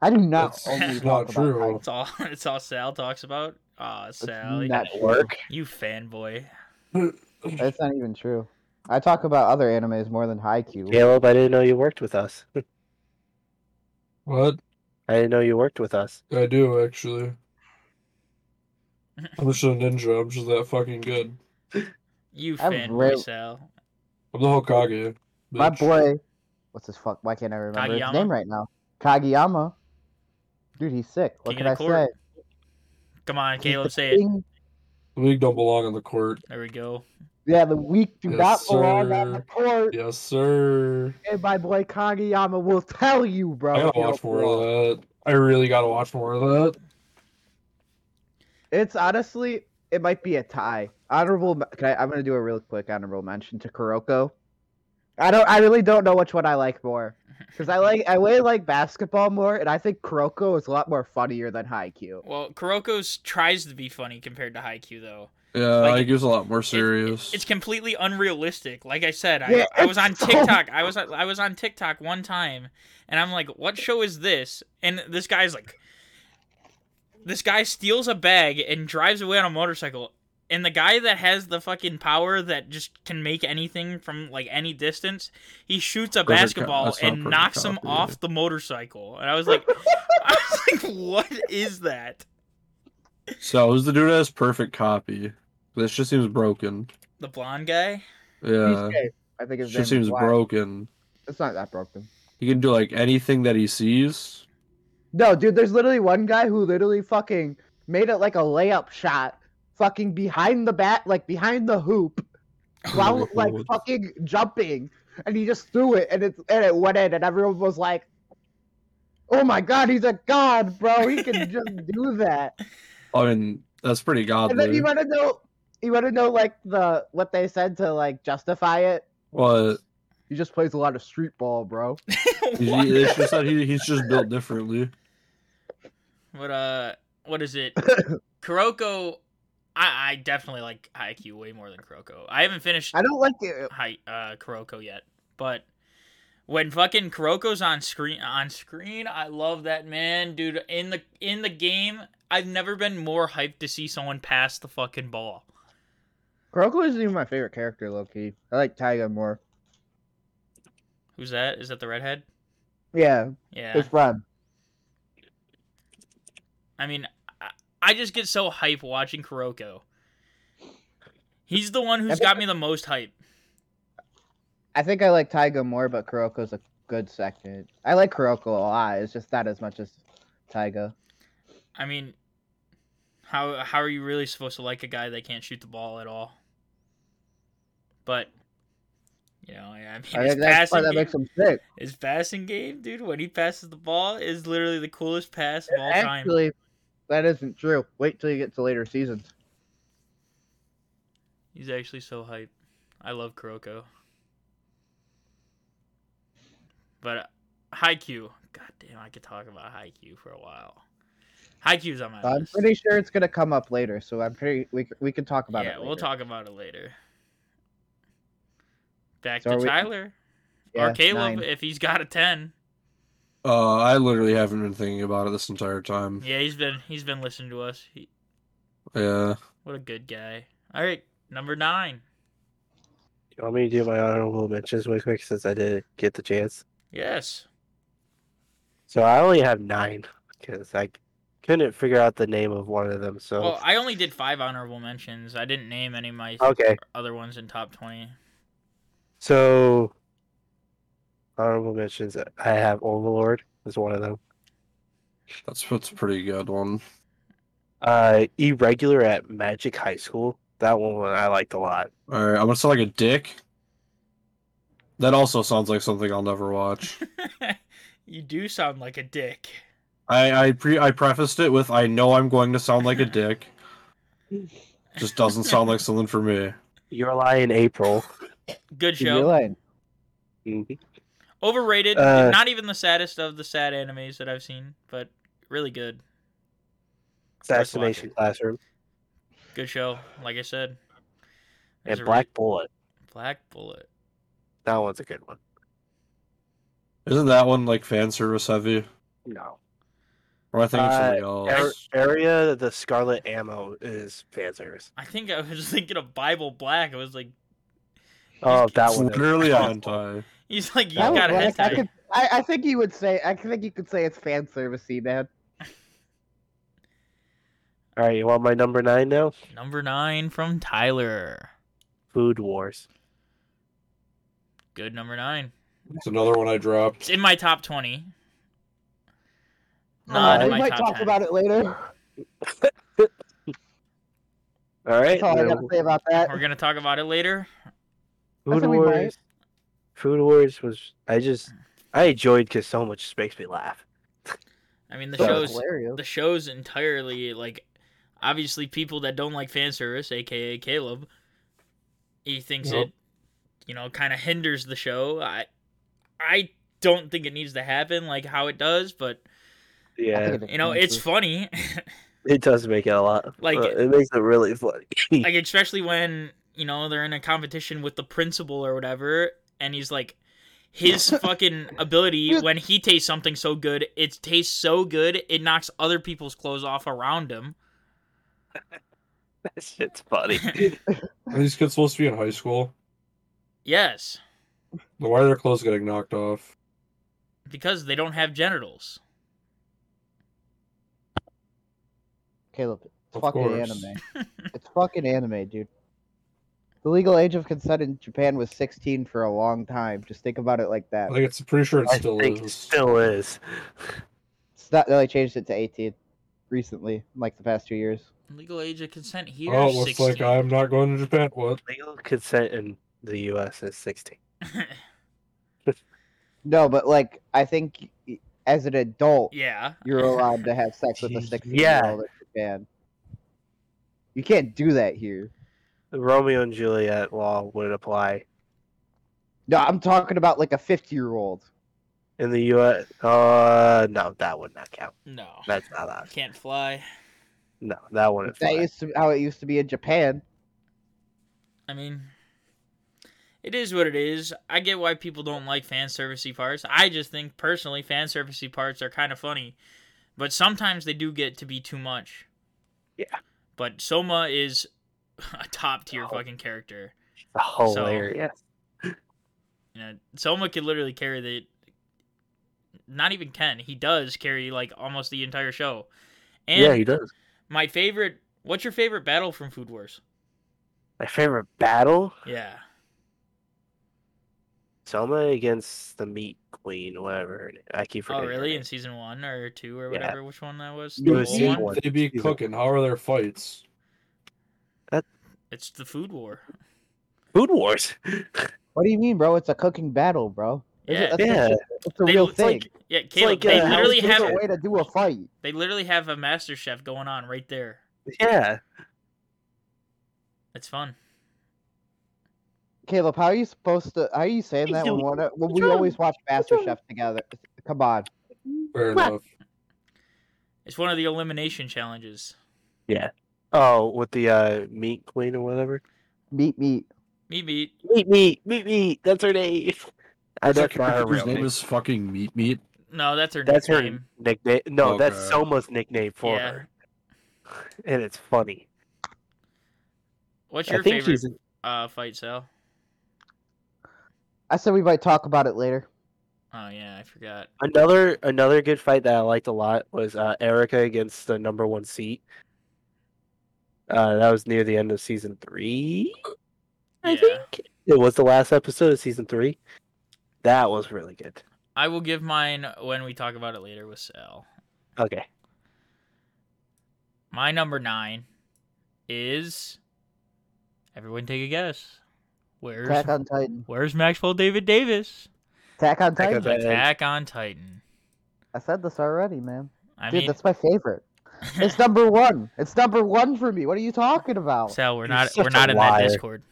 S3: I do not
S2: That's
S3: only
S1: not
S3: talk about
S2: true.
S3: Haikyuu.
S1: It's all. It's all Sal talks about. Aw,
S3: That's
S1: Sal,
S3: not
S4: At
S3: true.
S4: work,
S1: you fanboy.
S3: That's not even true. I talk about other animes more than Haikyuu.
S4: Caleb, I didn't know you worked with us.
S2: what?
S4: I didn't know you worked with us.
S2: I do actually. I'm just a ninja. I'm just that fucking good.
S1: You
S3: I'm
S1: fanboy,
S3: real-
S1: Sal.
S2: I'm the Hokage.
S3: My
S2: bitch.
S3: boy, what's his fuck? Why can't I remember
S1: Kageyama?
S3: his name right now? Kageyama. Dude, he's sick. What
S1: King
S3: can I
S1: of the
S3: say?
S1: court. Come on,
S3: He's
S1: Caleb,
S3: the
S1: say it.
S3: king-
S2: The league don't belong on the court.
S1: There we go.
S3: Yeah, the weak do
S2: Yes,
S3: not belong on the
S2: sir.
S3: court.
S2: Yes, sir.
S3: And my boy Kageyama will tell you, bro.
S2: I
S3: if
S2: gotta
S3: you
S2: watch
S3: don't
S2: more
S3: belong.
S2: of that. I really gotta watch more of that.
S3: It's honestly, it might be a tie. Honorable, me- can I, I'm gonna do a real quick honorable mention to Kuroko. I don't, I really don't know which one I like more, because I like, I really like basketball more, and I think Kuroko is a lot more funnier than Haikyuu.
S1: Well, Kuroko's tries to be funny compared to Haikyuu, though.
S2: Yeah,
S1: Like,
S2: like, it gives a lot more
S1: It-
S2: serious.
S1: it- it's completely unrealistic. Like I said, I,
S3: Yeah,
S1: I was on
S3: it's so-
S1: TikTok. I was on- I was on TikTok one time, and I'm like, "What show is this?" And this guy's like, this guy steals a bag and drives away on a motorcycle. And the guy that has the fucking power that just can make anything from like any distance, he shoots a
S2: Perfect cop.
S1: basketball
S2: That's not
S1: and
S2: perfect
S1: knocks him
S2: cop, yeah.
S1: off the motorcycle. And I was like, I was like, what is that?
S2: So who's the dude that has perfect copy? This just seems broken.
S1: The blonde guy.
S2: Yeah,
S3: PJ, I think his
S2: just
S3: name is
S2: seems
S3: Wyatt.
S2: broken.
S3: It's not that broken.
S2: He can do like anything that he sees.
S3: No, dude, there's literally one guy who literally fucking made it like a layup shot, fucking behind the bat, like behind the hoop,
S2: my
S3: while like
S2: God.
S3: fucking jumping, and he just threw it, and it and it went in, and everyone was like, "Oh my god, he's a god, bro! He can just do that."
S2: I mean, that's pretty
S3: And then
S2: godly.
S3: you want to know, you want to know like the what they said to like justify it.
S2: What?
S3: He just plays a lot of street ball, bro.
S2: He-
S1: What?
S2: he- It's just that he, he's just built differently.
S1: But uh, what is it? Kuroko. I, I definitely like Haikyuu way more than Kuroko. I haven't finished
S3: I don't like it.
S1: Hai, uh, Kuroko yet, but when fucking Kuroko's on screen, on screen, I love that man, dude. In the in the game, I've never been more hyped to see someone pass the fucking ball.
S3: Kuroko isn't even my favorite character, low key. I like Taiga more.
S1: Who's that? Is that the redhead?
S3: Yeah,
S1: Yeah.
S3: his friend.
S1: I mean, I, I just get so hype watching Kuroko. He's the one who's got me the most hype.
S3: I think I like Taiga more, but Kuroko's a good second. I like Kuroko a lot. It's just not as much as Taiga.
S1: I mean, how how are you really supposed to like a guy that can't shoot the ball at all? But you know, I mean,
S3: I
S1: his
S3: think that's
S1: passing,
S3: part that
S1: game,
S3: makes him sick.
S1: his passing game, dude. When he passes the ball, is literally the coolest pass of all time.
S3: Actually, that isn't true. Wait till you get to later seasons.
S1: He's actually so hype. I love Kuroko. But uh, Haikyuu. God damn, I could talk about Haikyuu for a while. Haikyuu's on my
S3: I'm
S1: list.
S3: pretty sure it's gonna come up later, so I'm pretty we c- we can talk about
S1: yeah,
S3: it.
S1: we'll
S3: later.
S1: talk about it later. Back
S3: So
S1: to
S3: are we-
S1: Tyler.
S3: Yeah,
S1: or Caleb,
S3: nine.
S1: if he's got a ten.
S2: Uh, I literally haven't been thinking about it this entire time.
S1: Yeah, he's been he's been listening to us. He,
S2: Yeah.
S1: what a good guy. All right, number nine.
S4: You want me to do my honorable mentions really quick since I did get the chance?
S1: Yes.
S4: So I only have nine because I couldn't figure out the name of one of them. So
S1: Well, I only did five honorable mentions. I didn't name any of my
S4: okay,
S1: other ones in top twenty.
S4: so honorable mentions I have Overlord is one of them.
S2: That's that's a pretty good one.
S4: Uh, irregular at Magic High School. That one uh, I liked a lot.
S2: All right, I'm gonna sound like a dick. That also sounds like something I'll never watch.
S1: you do sound like a dick.
S2: I I pre I prefaced it with I know I'm going to sound like a dick. Just doesn't sound like something for me.
S4: Your Lie in April. Mm-hmm.
S1: Good
S3: Dude, you're
S1: show.
S3: lying.
S1: Overrated.
S4: Uh,
S1: not even the saddest of the sad animes that I've seen, but really good.
S4: Assassination Classroom
S1: Good show. Like I said. There's
S4: and
S1: a
S4: Black
S1: re-
S4: Bullet.
S1: Black Bullet.
S4: That one's a good one.
S2: Isn't that one like fan service heavy?
S4: No.
S2: Or am I thinking of
S4: Uh,
S2: something else?
S4: Ar- area the Scarlet Ammo is fan service.
S1: I think I was thinking of Bible Black. I was like,
S4: Oh, that
S2: it's
S4: one.
S2: literally a
S4: Oh,
S2: hentai.
S1: he's like, you
S3: That
S1: got a
S3: would
S1: head
S3: work. I,
S1: tie.
S3: could, I, I think you would say I think you could say it's fan servicey, man.
S4: All right, you want my number nine now?
S1: Number nine from Tyler.
S4: Food Wars.
S1: Good number nine.
S2: It's another one I
S1: It's
S2: dropped.
S1: in my top twenty.
S4: Not
S3: Uh, we
S4: in
S1: my
S3: might
S1: top
S3: talk
S1: 10.
S3: about it later.
S4: All right.
S3: That's all I
S4: now,
S3: gotta say about that.
S1: We're gonna talk about it later.
S4: Food
S3: said we might.
S4: Wars. Food Wars was I just I enjoyed because so much makes me laugh.
S1: I mean, the
S3: That
S1: show's
S3: was hilarious.
S1: the show's entirely like, obviously, people that don't like fan service, aka Caleb, he thinks
S4: Yep.
S1: it, you know, kind of hinders the show. I, I don't think it needs to happen like how it does, but
S3: I
S4: Yeah,
S3: think it
S1: you know, it's
S3: enhances-
S1: funny.
S4: it does make it a lot.
S1: Like-
S4: Like it makes it really funny.
S1: like especially when you know they're in a competition with the principal or whatever and he's like his fucking ability when he tastes something so good it tastes so good it knocks other people's clothes off around him
S4: that shit's funny.
S2: Are these kids supposed to be in high school?
S1: yes
S2: Then Why are their clothes getting knocked off?
S1: because they don't have genitals
S3: Caleb, it's
S2: Of
S3: fucking
S2: course.
S3: anime. it's fucking anime, dude. The legal age of consent in Japan was 16 for a long time. Just think about it like that.
S2: Like it's pretty sure it
S4: I
S2: still
S4: think it
S2: is.
S4: still is.
S3: It's not. They only changed it to 18 recently, like the past two years.
S1: legal age of consent here
S2: Oh, it
S1: is
S2: looks
S1: 16.
S2: like I'm not going to Japan. What?
S4: Legal consent in the U.S. is sixteen.
S3: No, but like I think y- as an adult,
S1: yeah
S3: you're allowed to have sex with a
S4: Yeah.
S3: 16 year old in Japan. You can't do that here.
S4: The Romeo and Juliet law would apply
S3: No, I'm talking about like a 50 year old.
S4: in the U.S. Uh, no, that would not count.
S1: no
S4: That's not allowed.
S1: can't fly
S4: No, that wouldn't.
S3: That
S4: fly.
S3: used to how it used to be in Japan.
S1: i mean it is what it is i get why people don't like fan servicey parts i just think personally fan servicey parts are kind of funny but sometimes they do get to be too much
S4: Yeah.
S1: but soma is a top tier
S4: Oh.
S1: fucking character
S4: Hilarious.
S1: you know soma could literally carry the not even ken he does carry like almost the entire show and
S4: yeah, he does.
S1: my favorite what's your favorite battle from food wars
S4: My favorite battle,
S1: yeah
S4: Selma against the Meat Queen, whatever. her name- I keep
S1: oh
S4: forgetting. her
S1: really in
S4: name.
S1: season one or two or
S4: Yeah.
S1: whatever which one that was
S4: It
S1: The
S4: was
S1: old
S4: season
S1: one?
S4: one.
S2: They be
S4: He's a-
S2: cooking. How are their fights?
S1: it's the food war
S4: Food Wars.
S3: What do you mean, bro? It's a cooking battle, bro. There's
S1: Yeah.
S3: a- that's a-
S4: Yeah.
S3: it's a
S1: They-
S3: real
S1: it's
S3: thing.
S4: like-
S1: yeah caleb
S4: like,
S1: they
S4: uh, Hell's
S1: literally
S4: Kitchen.
S1: have
S3: a way to do a fight.
S1: They literally have a master chef going on right there.
S4: Yeah.
S1: It's fun.
S3: Caleb, how are you supposed to? How are you saying
S6: Please
S3: that when,
S6: don't.
S3: one, when
S6: What's
S3: we always watch
S6: What's wrong?
S3: MasterChef together? Come on.
S7: Fair
S6: Well-
S7: enough.
S1: It's one of the elimination challenges.
S4: Oh, with the uh, meat queen or whatever.
S3: Meet me.
S1: Me beat.
S4: Meat, meat, meat, meat. That's her name. I,
S2: Is that
S4: that's not her
S2: character's
S4: real
S2: name
S4: name.
S2: is fucking Meat Meat.
S1: No, that's her
S4: That's her
S1: nickname.
S4: nickname. No, that's
S2: Okay.
S4: Soma's nickname for
S1: Yeah.
S4: her, and it's funny.
S1: What's
S4: I
S1: your
S4: think
S1: favorite
S4: she's.
S1: uh, fight, Sal?
S3: I said we might talk about it later.
S1: Oh yeah, I forgot.
S4: Another another good fight that I liked a lot was uh, Erica against the number one seat. Uh, that was near the end of season three. I
S1: Yeah.
S4: think it was the last episode of season three. That was really good.
S1: I will give mine when we talk about it later with Sal.
S4: Okay,
S1: My number nine is. Everyone, take a guess. Where's
S3: Attack on Titan.
S1: Where's Maxwell David Davis?
S3: Attack on
S4: Attack on
S3: Titan.
S4: Titan.
S1: Attack on Titan.
S3: I said this already, man.
S1: I
S3: Dude,
S1: mean,
S3: that's my favorite. It's number one. It's number one for me. What are you talking about?
S1: Sal, we're
S4: You're
S1: not
S4: such
S1: we're not
S4: a
S1: in that
S4: liar.
S1: Discord.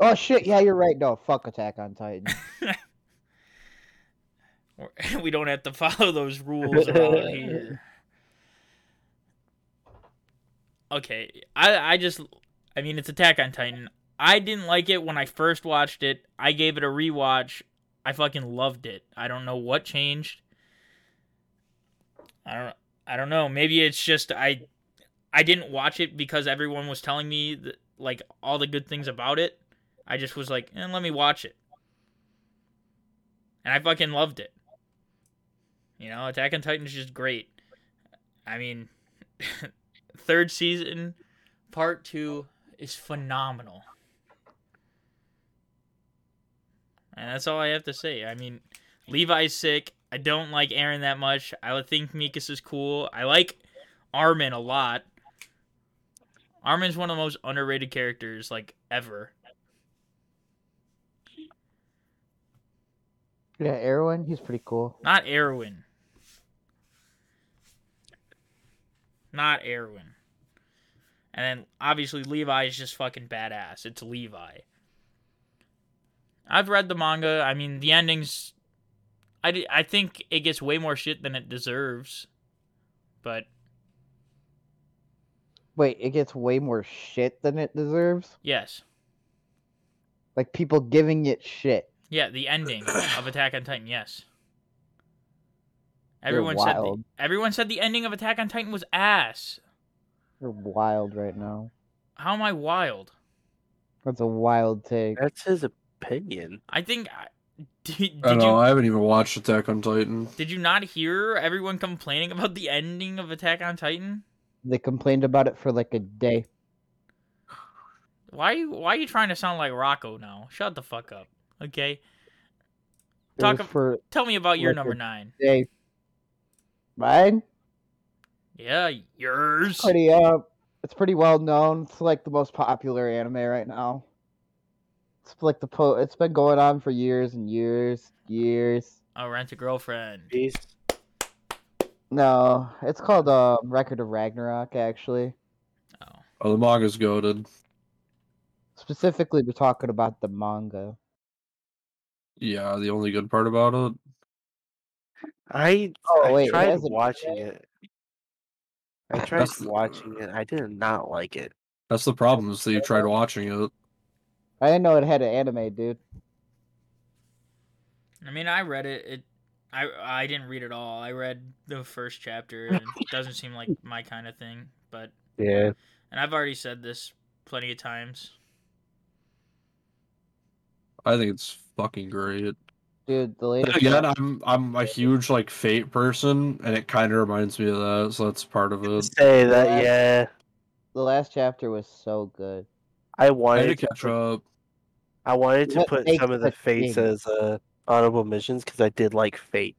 S3: Oh shit! Yeah, you're right. No, fuck Attack on Titan.
S1: We're- we don't have to follow those rules at all here. Okay, I I just I mean it's Attack on Titan. I didn't like it when I first watched it. I gave it a rewatch. I fucking loved it. I don't know what changed. I don't I don't know. Maybe it's just I I didn't watch it because everyone was telling me th like all the good things about it. I just was like, eh, let me watch it. And I fucking loved it. You know, Attack on Titan is just great. I mean, third season, part two is phenomenal. And that's all I have to say. I mean, Levi's sick. I don't like Aaron that much. I would think Mikas is cool. I like Armin a lot. Armin's one of the most underrated characters like ever.
S3: yeah, Erwin, he's pretty cool.
S1: Not Erwin. Not Erwin. And then obviously Levi is just fucking badass. It's Levi. I've read the manga. I mean, the endings. I, di- I think it gets way more shit than it deserves. But
S3: Wait, it gets way more shit than it deserves.
S1: yes.
S3: Like people giving it shit.
S1: Yeah, the ending of Attack on Titan, yes. Everyone said the,
S3: wild.
S1: everyone said the ending of Attack on Titan was ass.
S3: You're wild right now.
S1: How am I wild?
S3: That's a wild take.
S4: that's his opinion.
S1: I think. I- Did,
S2: I
S1: did
S2: don't know.
S1: you
S2: I haven't even watched Attack on Titan.
S1: did you not hear everyone complaining about the ending of Attack on Titan?
S3: They complained about it for like a day.
S1: Why why are you trying to sound like Rocco now? Shut the fuck up. Okay,
S3: It
S1: Talk
S3: was
S1: ab-
S3: for
S1: tell me about your
S3: Like
S1: number
S3: a-
S1: nine.
S3: a day. Mine
S1: Yeah, yours.
S3: pretty uh it's pretty well known. It's like the most popular anime right now. It's like the po it's been going on for years and years, years.
S1: Oh, rent a girlfriend.
S4: He's
S3: No, it's called uh, Record of Ragnarok actually.
S2: Oh, the manga's goaded.
S3: Specifically we're talking about the manga.
S2: Yeah, the only good part about it.
S4: I,
S3: Oh,
S4: I
S3: wait, it
S4: tried
S3: has a-
S4: watching it. I tried
S2: That's the-
S4: watching it. I did not like it.
S2: That's the problem. Is that you tried watching it.
S3: I didn't know it had an anime, dude.
S1: I mean, I read it. It I I didn't read it all. I read the first chapter. And it doesn't seem like my kind of thing. But
S4: Yeah.
S1: and I've already said this plenty of times.
S2: I think it's fucking great.
S3: Dude, the latest
S2: Again, I'm I'm a huge like Fate person, and it kind of reminds me of that. So that's part of it.
S4: Say that.
S3: Last-
S4: Yeah.
S3: the last chapter was so good.
S2: I
S4: I
S2: had
S4: wanted
S2: to
S4: to
S2: catch up.
S4: I wanted to
S3: What
S4: put
S3: makes
S4: some of the
S3: such
S4: fates
S3: things?
S4: as uh, honorable missions because I did like fate.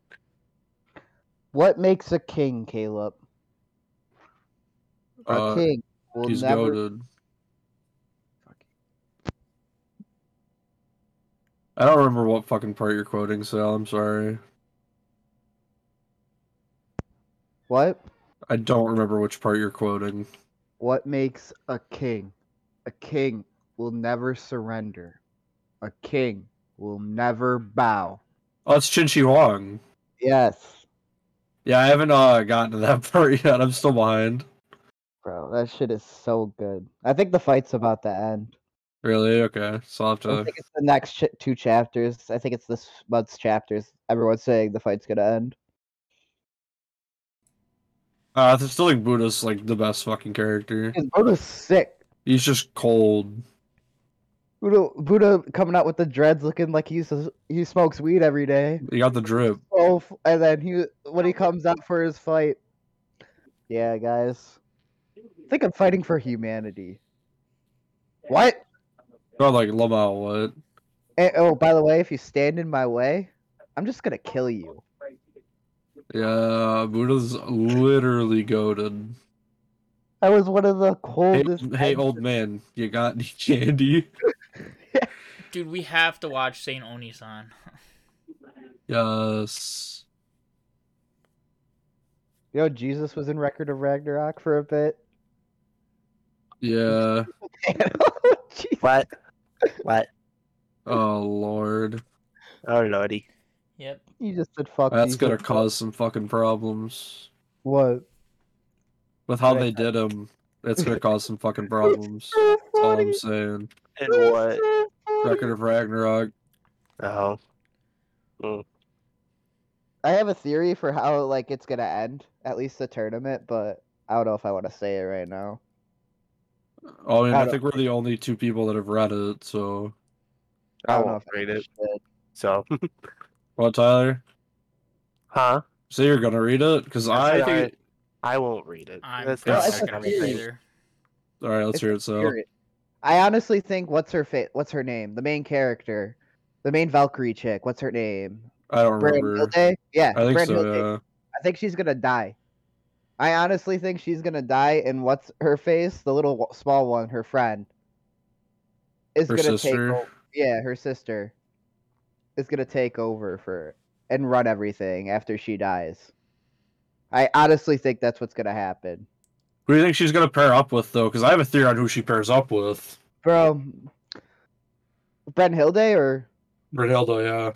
S3: What makes a king, Caleb? A
S2: Uh,
S3: king will
S2: He's
S3: never
S2: goaded. I don't remember what fucking part you're quoting, Sal. I'm sorry.
S3: what?
S2: I don't remember which part you're quoting.
S3: What makes a king? A king will never surrender a king will never bow.
S2: Oh, it's Chin Shi Huang.
S3: Yes,
S2: Yeah, I haven't uh, gotten to that part yet. I'm still behind.
S3: bro, that shit is so good. I think the fight's about to end.
S2: Really? Okay. So I'll have
S3: I don't
S2: to.
S3: think it's the next ch- two chapters. I think it's this month's chapters. Everyone's saying the fight's gonna end.
S2: Uh, I still think Buddha's like the best fucking character.
S3: Because Buddha's sick.
S2: He's just cold.
S3: Buddha, Buddha coming out with the dreads, looking like he's a, he smokes weed every day.
S2: He got the drip.
S3: Oh, f- and then he when he comes out for his fight. Yeah, guys. I think I'm fighting for humanity. What?
S2: Not like Lamau. What?
S3: Eh, oh, by the way, if you stand in my way, I'm just gonna kill you.
S2: Yeah, Buddha's literally goaded.
S3: I was one of the
S2: Hey,
S3: coldest.
S2: hey,
S3: men-
S2: old man, you got any candy?
S1: Dude, we have to watch Saint Onisan.
S2: Yes.
S3: You know, Jesus was in Record of Ragnarok for a bit.
S2: Yeah.
S3: Jesus.
S4: What? What?
S2: Oh lord,
S4: Oh lordy.
S1: Yep.
S3: You just said fuck.
S2: that's
S3: Jesus.
S2: gonna cause some fucking problems
S3: What?
S2: with how they did him. It's gonna cause some fucking problems.
S3: So
S2: That's all
S3: funny.
S2: I'm saying.
S4: And
S3: That's
S4: what?
S3: so funny.
S2: Record of Ragnarok.
S4: Oh.
S3: I have a theory for how like it's gonna end, at least the tournament, but I don't know if I want to say it right now.
S2: Oh, I mean, I
S3: Adam.
S2: think we're the only two people that have read it. So,
S3: I
S4: I
S3: don't know
S4: won't
S3: if I
S4: read it.
S3: should.
S4: So
S2: what, Tyler?
S4: Huh?
S2: So you're gonna read it? Because I
S4: said
S2: think.
S4: I won't read it.
S1: I'm
S4: That's
S2: No,
S4: not
S2: it's
S4: not
S2: a
S4: gonna
S3: theory.
S4: be
S1: confused
S4: read.
S1: either.
S2: All right, let's
S3: It's
S2: hear it. So,
S3: Period. I honestly think what's her fa- what's her name? The main character, the main Valkyrie chick. What's her name?
S2: I don't
S3: Brand
S2: remember.
S3: Hilde? Yeah,
S2: I think
S3: Brand
S2: so.
S3: Hilde.
S2: Yeah.
S3: I think she's gonna die. I honestly think she's gonna die, and what's her face? The little w- small one, her friend, is
S2: Her
S3: gonna take.
S2: sister.
S3: o- Yeah, her sister is gonna take over for and run everything after she dies. I honestly think that's what's gonna happen,
S2: Who do you think she's gonna pair up with though? Because I have a theory on who she pairs up with.
S3: bro. Brent Hilde, or
S2: Brunhilde, yeah.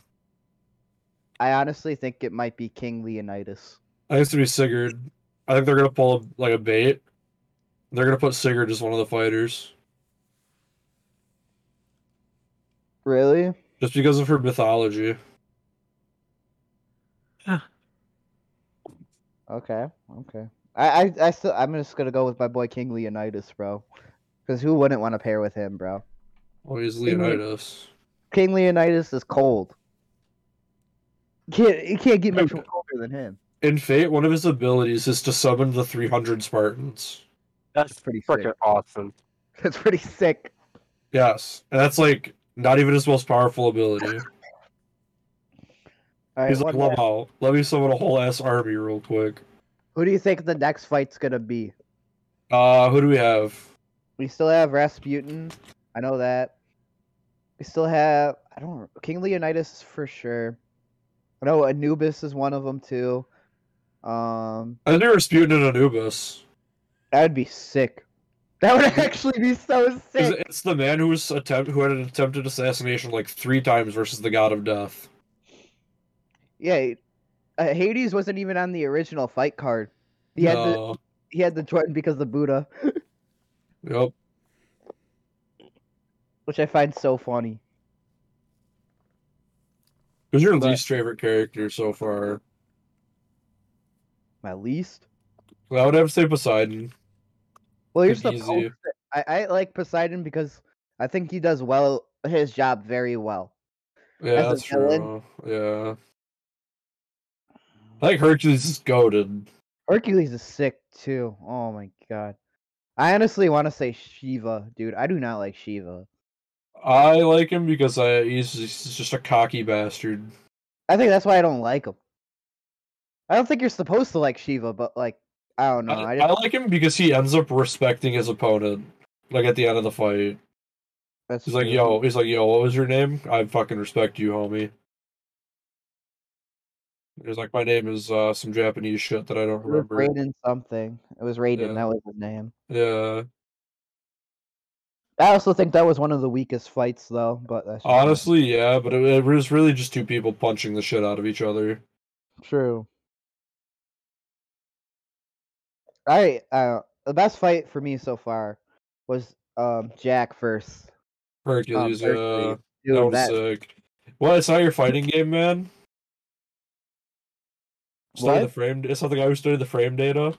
S3: I honestly think it might be King Leonidas.
S2: I used to be Sigurd. I think they're gonna pull like a bait. They're gonna put Sigurd as one of the fighters
S3: Really?
S2: just because of her mythology.
S3: Okay, okay. I, I, I still, I'm just gonna go with my boy King Leonidas, bro. Because who wouldn't want to pair with him, bro?
S2: Oh, he's
S3: King Le-
S2: Leonidas.
S3: King Leonidas is cold. You can't, you can't get much
S2: Okay.
S3: colder than him.
S2: In Fate, one of his abilities is to summon the 300 Spartans.
S4: That's
S3: pretty
S4: pretty
S3: sick.
S4: freaking awesome.
S3: That's pretty sick.
S2: Yes, and that's like not even his most powerful ability.
S3: All right,
S2: He's like,
S3: one
S2: "Well,
S3: more.
S2: I'll- let me summon a whole ass army real quick.
S3: who do you think the next fight's gonna be?
S2: Uh, who do we have?
S3: We still have Rasputin. I know that. We still have I don't rem- King Leonidas is for sure. I know Anubis is one of them too. Um,
S2: I think Rasputin and Anubis.
S3: that would be sick. That would actually be so
S2: 'Cause
S3: sick.
S2: It's the man who was attempt who had an attempted assassination like three times versus the god of death.
S3: Yeah, uh, Hades wasn't even on the original fight card. He had the
S2: No.
S3: he had the Jordan because of Buddha.
S2: Yep.
S3: which I find so funny.
S2: Who's your
S3: But-
S2: least favorite character so far?
S3: My least.
S2: I would have to say Poseidon.
S3: Well, you're
S2: Could be
S3: supposed.
S2: easy.
S3: To, I, I like Poseidon because I think he does well his job very well.
S2: Yeah,
S3: As a
S2: that's
S3: villain?
S2: true. Yeah. I think Hercules is goaded.
S3: Hercules is sick too. Oh my god. I honestly want to say Shiva, dude. I do not like Shiva.
S2: I like him because I he's, he's just a cocky bastard.
S3: I think that's why I don't like him. I don't think you're supposed to like Shiva, but like I don't know.
S2: I,
S3: I,
S2: I
S3: just,
S2: like him because he ends up respecting his opponent. Like at the end of the fight,
S3: that's
S2: he's like,
S3: true.
S2: "Yo," he's like, "Yo, what was your name? I fucking respect you, homie." He's like, "My name is uh, some Japanese shit that I don't
S3: It was
S2: remember."
S3: Raiden something. It was Raiden.
S2: Yeah.
S3: That was his name.
S2: Yeah,
S3: I also think that was one of the weakest fights, though. But that's just me.
S2: Honestly, yeah, but it, it was really just two people punching the shit out of each other.
S3: True. I uh, the best fight for me so far was um Jack first. Um,
S2: Hercules, uh,
S3: Hercules. Dude,
S2: that was
S3: that-
S2: sick. What? It's not your fighting game, man. Started the
S3: What?
S2: frame. It's not the guy who started the frame data.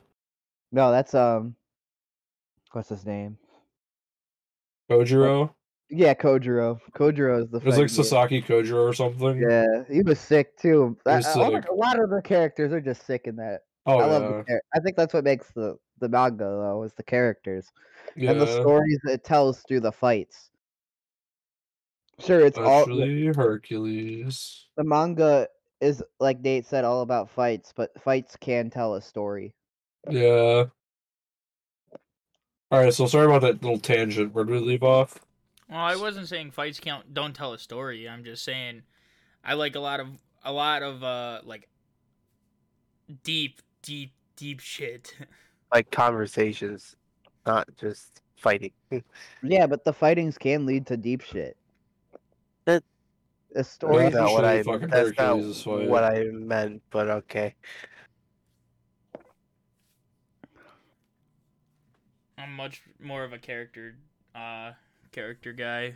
S3: no, that's um, what's his name?
S2: Kojiro.
S3: Yeah, Kojiro. Kojiro is Oh, the.
S2: It was
S3: fight
S2: like
S3: game.
S2: Sasaki Kojiro or something.
S3: Yeah, he was sick too.
S2: He was
S3: Uh, all the-
S2: sick.
S3: a lot of the characters are just sick in that.
S2: Oh yeah.
S3: I love the char- I think that's what makes the the manga though is the characters
S2: yeah.
S3: and the stories it tells through the fights. Sure, it's all the-
S2: Especially Hercules.
S3: the manga is like Nate said all about fights, but fights can tell a story.
S2: Yeah. All right. So sorry about that little tangent. Where did we leave off?
S1: Well, I wasn't saying fights count don't tell a story. I'm just saying I like a lot of a lot of uh like deep, deep, deep shit.
S4: like conversations, not just fighting.
S3: Yeah, but the fightings can lead to deep shit.
S4: That-
S3: the
S2: Yeah,
S3: stories
S4: that's
S2: that
S4: not what I.
S2: fucking
S4: That's
S2: Hercules'
S4: not
S2: fight.
S4: what I meant. But okay.
S1: I'm much more of a character uh character guy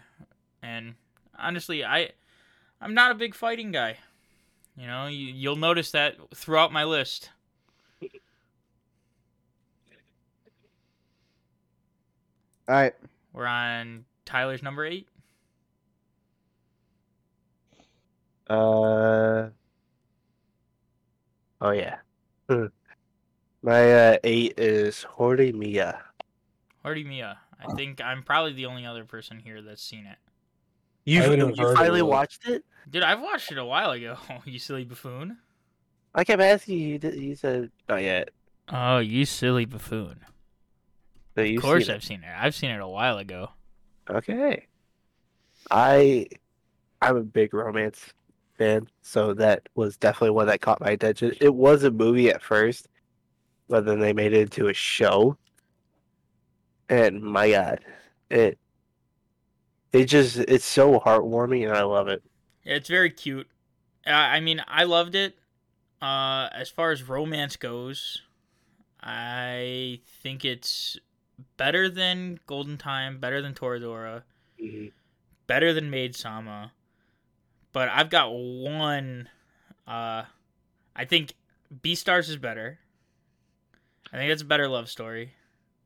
S1: and honestly I I'm not a big fighting guy. You know, you, you'll notice that throughout my list.
S3: All right,
S1: We're on Tyler's number 8.
S4: Uh. Oh yeah. Hmm. My uh, eight is Hori Mia.
S1: Hardy Mia. I think I'm probably the only other person here that's seen it.
S4: You
S2: haven't even
S4: you
S2: heard of
S4: finally
S2: it.
S4: watched it?
S1: Dude, I've watched it a while ago, you silly buffoon.
S4: I kept asking you. You, did- you said not yet.
S1: Oh, you silly buffoon.
S4: So
S1: Of
S4: you've
S1: course
S4: seen
S1: I've seen it. I've seen it a while ago.
S4: it. Okay. I I'm a big romance fan, so that was definitely one that caught my attention. It was a movie at first, but then they made it into a show. And my god, it it just it's so heartwarming and I love it.
S1: Yeah, it's very cute. Uh, I mean, I loved it. Uh, as far as romance goes, I think it's better than Golden Time, better than Toradora, better than Maid Sama. But I've got one. Uh, I think Beastars is better. I think that's a better love story.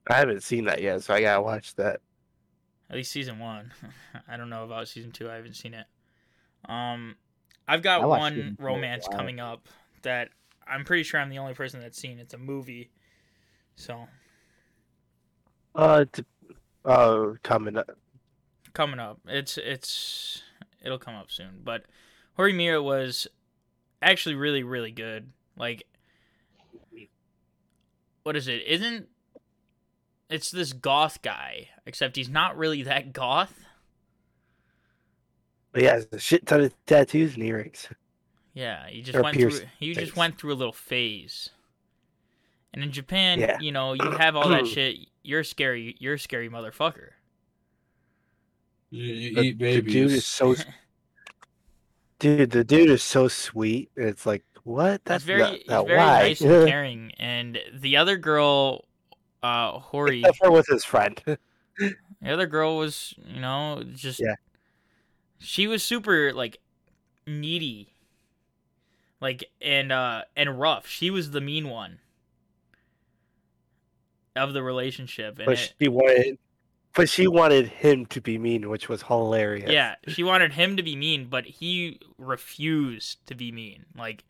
S4: I haven't seen that yet, so I gotta watch that.
S1: At least season one. I don't know about season two. I haven't seen it. Um, I've got
S3: I watched
S1: one
S3: season two a
S1: romance
S3: while
S1: coming up that I'm pretty sure I'm the only person that's seen. It's a movie, so
S4: Uh, t- uh coming up.
S1: coming up. It's it's it'll come up soon. But Hori Mira was actually really really good. Like, what is it? Isn't it's this goth guy? Except he's not really that goth.
S4: But yeah, it's a shit ton of tattoos and earrings.
S1: Yeah, he just
S4: Or
S1: went
S4: pierce
S1: through. He
S4: face.
S1: just went through a little phase. And in Japan,
S4: Yeah.
S1: you know, you have all that shit. You're scary. You're a scary motherfucker.
S2: You, you
S4: The-
S2: eat
S4: the
S2: babies.
S4: dude is so Dude, the dude is so sweet. and It's like, what? That's
S1: That's very,
S4: not,
S1: he's
S4: not
S1: very
S4: why.
S1: nice and caring. And the other girl, uh, Hori,
S4: Except for with his friend.
S1: the other girl was, you know, just
S4: Yeah.
S1: she was super like needy, like and uh and rough. She was the mean one of the relationship, and
S4: But
S1: it-
S4: she wanted, but she wanted him to be mean, which was hilarious.
S1: Yeah, she wanted him to be mean, but he refused to be mean. Like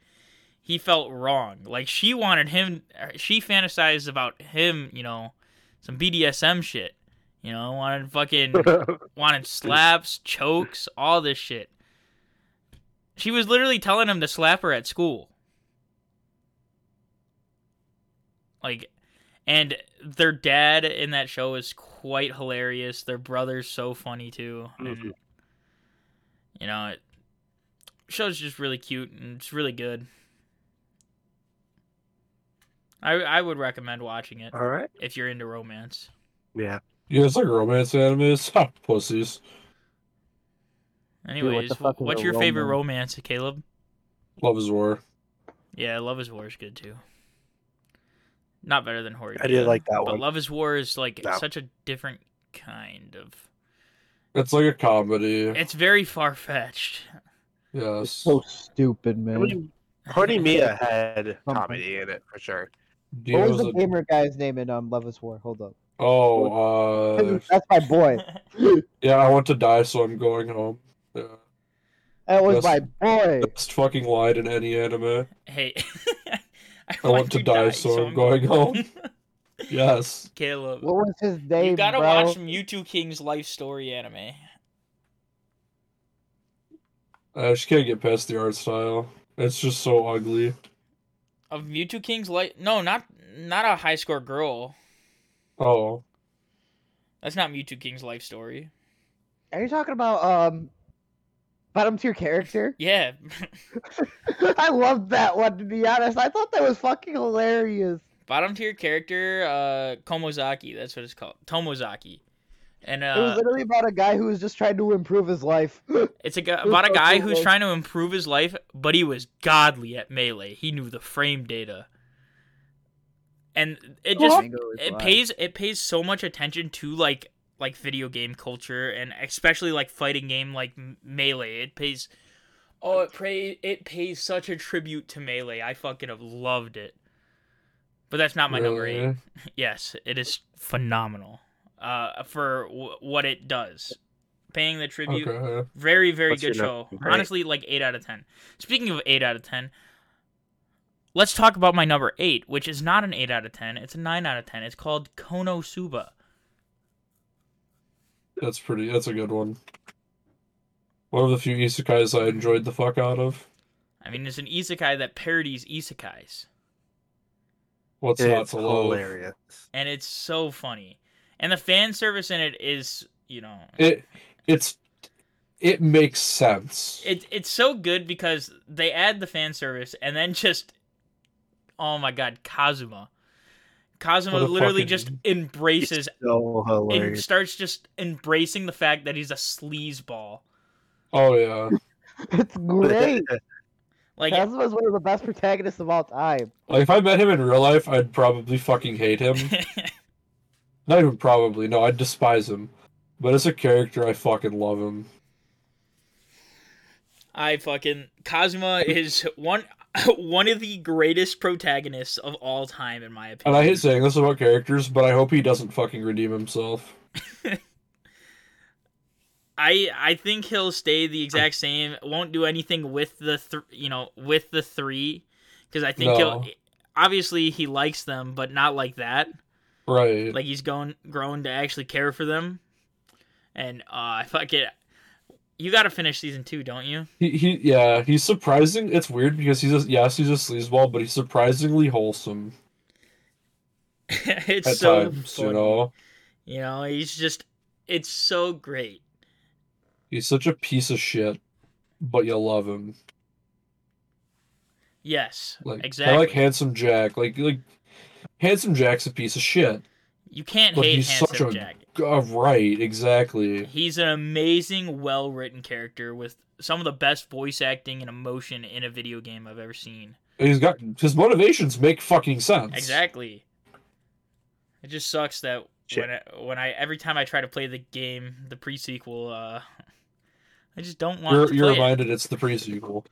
S1: he felt wrong. Like she wanted him. She fantasized about him. You know, some BDSM shit. You know, wanted fucking wanted slaps, chokes, all this shit. She was literally telling him to slap her at school. Like, and their dad in that show is quite hilarious. Their brother's so funny too. And,
S4: Mhm.
S1: You know, it show's just really cute and it's really good. I I would recommend watching it
S4: All right.
S1: if you're into romance.
S4: Yeah.
S2: Yeah, it's like romance anime. Stop, pussies.
S4: the
S1: Anyways,
S4: fuck is
S1: what's
S4: a
S1: your favorite
S4: romance?
S1: romance, Caleb?
S2: Love is war.
S1: Yeah, Love is War is good too. Not better than Horror.
S4: I did like that
S1: But
S4: one.
S1: Love is War is like
S4: No.
S1: such a different kind of.
S2: It's like a comedy.
S1: It's very far fetched.
S2: yes.
S3: So stupid,
S4: I
S3: man. What
S4: mean, Horny Mia had comedy in it for sure.
S2: Dino's
S3: was the
S2: a-
S3: gamer guy's name in um, Love is War? Hold up.
S2: oh, uh,
S3: That's my boy.
S2: yeah. I want to die, so I'm going home. Yeah.
S3: That was
S2: Yes.
S3: my boy.
S2: Best fucking line in any anime.
S1: hey, I,
S2: I want to die, so I'm going home. Yes.
S1: Caleb,
S3: What was his name,
S1: you gotta
S3: bro?
S1: watch Mewtwo King's life story anime.
S2: I just can't get past the art style. It's just so ugly.
S1: Of Mewtwo King's life? No, not not a high score girl.
S2: Oh,
S1: That's not Mewtwo King's life story.
S3: Are you talking about um, bottom tier character?
S1: Yeah,
S3: I loved that one. To be honest, I thought that was fucking hilarious.
S1: bottom tier character, uh, Komozaki. That's what it's called, Tomozaki. And
S3: it was
S1: uh,
S3: literally about a guy who was just trying to improve his life.
S1: it's a guy,
S3: was
S1: about a
S3: so
S1: guy
S3: cool,
S1: who's
S3: like-
S1: trying to improve his life, but he was godly at melee. He knew the frame data, and it just it pays it pays so much attention to like like video game culture and especially like fighting game like M- melee it pays oh it pray it pays such a tribute to melee i fucking have loved it but that's not my number
S2: really?
S1: eight yes it is phenomenal uh for w- what it does paying the tribute
S2: Okay.
S1: very very
S4: What's
S1: good
S4: your
S1: show
S4: number eight?
S1: honestly like 8 out of 10 speaking of 8 out of 10 let's talk about my number 8 which is not an 8 out of 10 it's a 9 out of 10 it's called konosuba
S2: That's pretty. That's a good one. One of the few isekais I enjoyed the fuck out of.
S1: i mean it's an isekai that parodies isekais
S2: What's not
S4: It's
S2: to love?
S4: hilarious.
S1: and it's so funny and the fan service in it is you know
S2: It, it's, it makes sense.
S1: it, it's so good because they add the fan service and then just oh my god kazuma kazuma
S2: What a
S1: literally
S2: fucking-
S1: just embraces
S4: So
S1: and
S4: hilarious.
S1: starts just embracing the fact that he's a sleazeball.
S2: oh yeah.
S3: It's great.
S1: Like
S3: Kazuma is one of the best protagonists of all time.
S2: Like if I met him in real life, I'd probably fucking hate him. Not even probably. No, I'd despise him. But as a character, I fucking love him.
S1: I fucking Kazuma is one one of the greatest protagonists of all time in my
S2: And
S1: opinion.
S2: I hate saying this about characters, but I hope he doesn't fucking redeem himself.
S1: I I think he'll stay the exact same. Won't do anything with the th- you know with the three because I think
S2: No.
S1: he'll obviously he likes them, but not like that.
S2: Right.
S1: like he's going grown to actually care for them. And uh, I fucking you got to finish season two, don't you?
S2: He, he yeah, he's surprising. It's weird because he's a, yes, he's a sleazeball, but he's surprisingly wholesome
S1: it's
S2: at
S1: so
S2: times.
S1: funny.
S2: You know,
S1: You know, he's just it's so great.
S2: he's such a piece of shit, but you love him.
S1: Yes.
S2: Like I
S1: exactly.
S2: like handsome Jack. Like like handsome Jack's a piece of shit.
S1: you can't
S2: but
S1: hate
S2: he's such
S1: Handsome
S2: a-
S1: Jack.
S2: God, right, exactly.
S1: He's an amazing, well written character with some of the best voice acting and emotion in a video game I've ever seen.
S2: And He's got his motivations make fucking sense.
S1: Exactly. It just sucks that
S4: Shit.
S1: when I, when I every time I try to play the game, the pre sequel, uh, I just don't want
S2: You're
S1: to
S2: you're
S1: play it.
S2: reminded it's the prequel.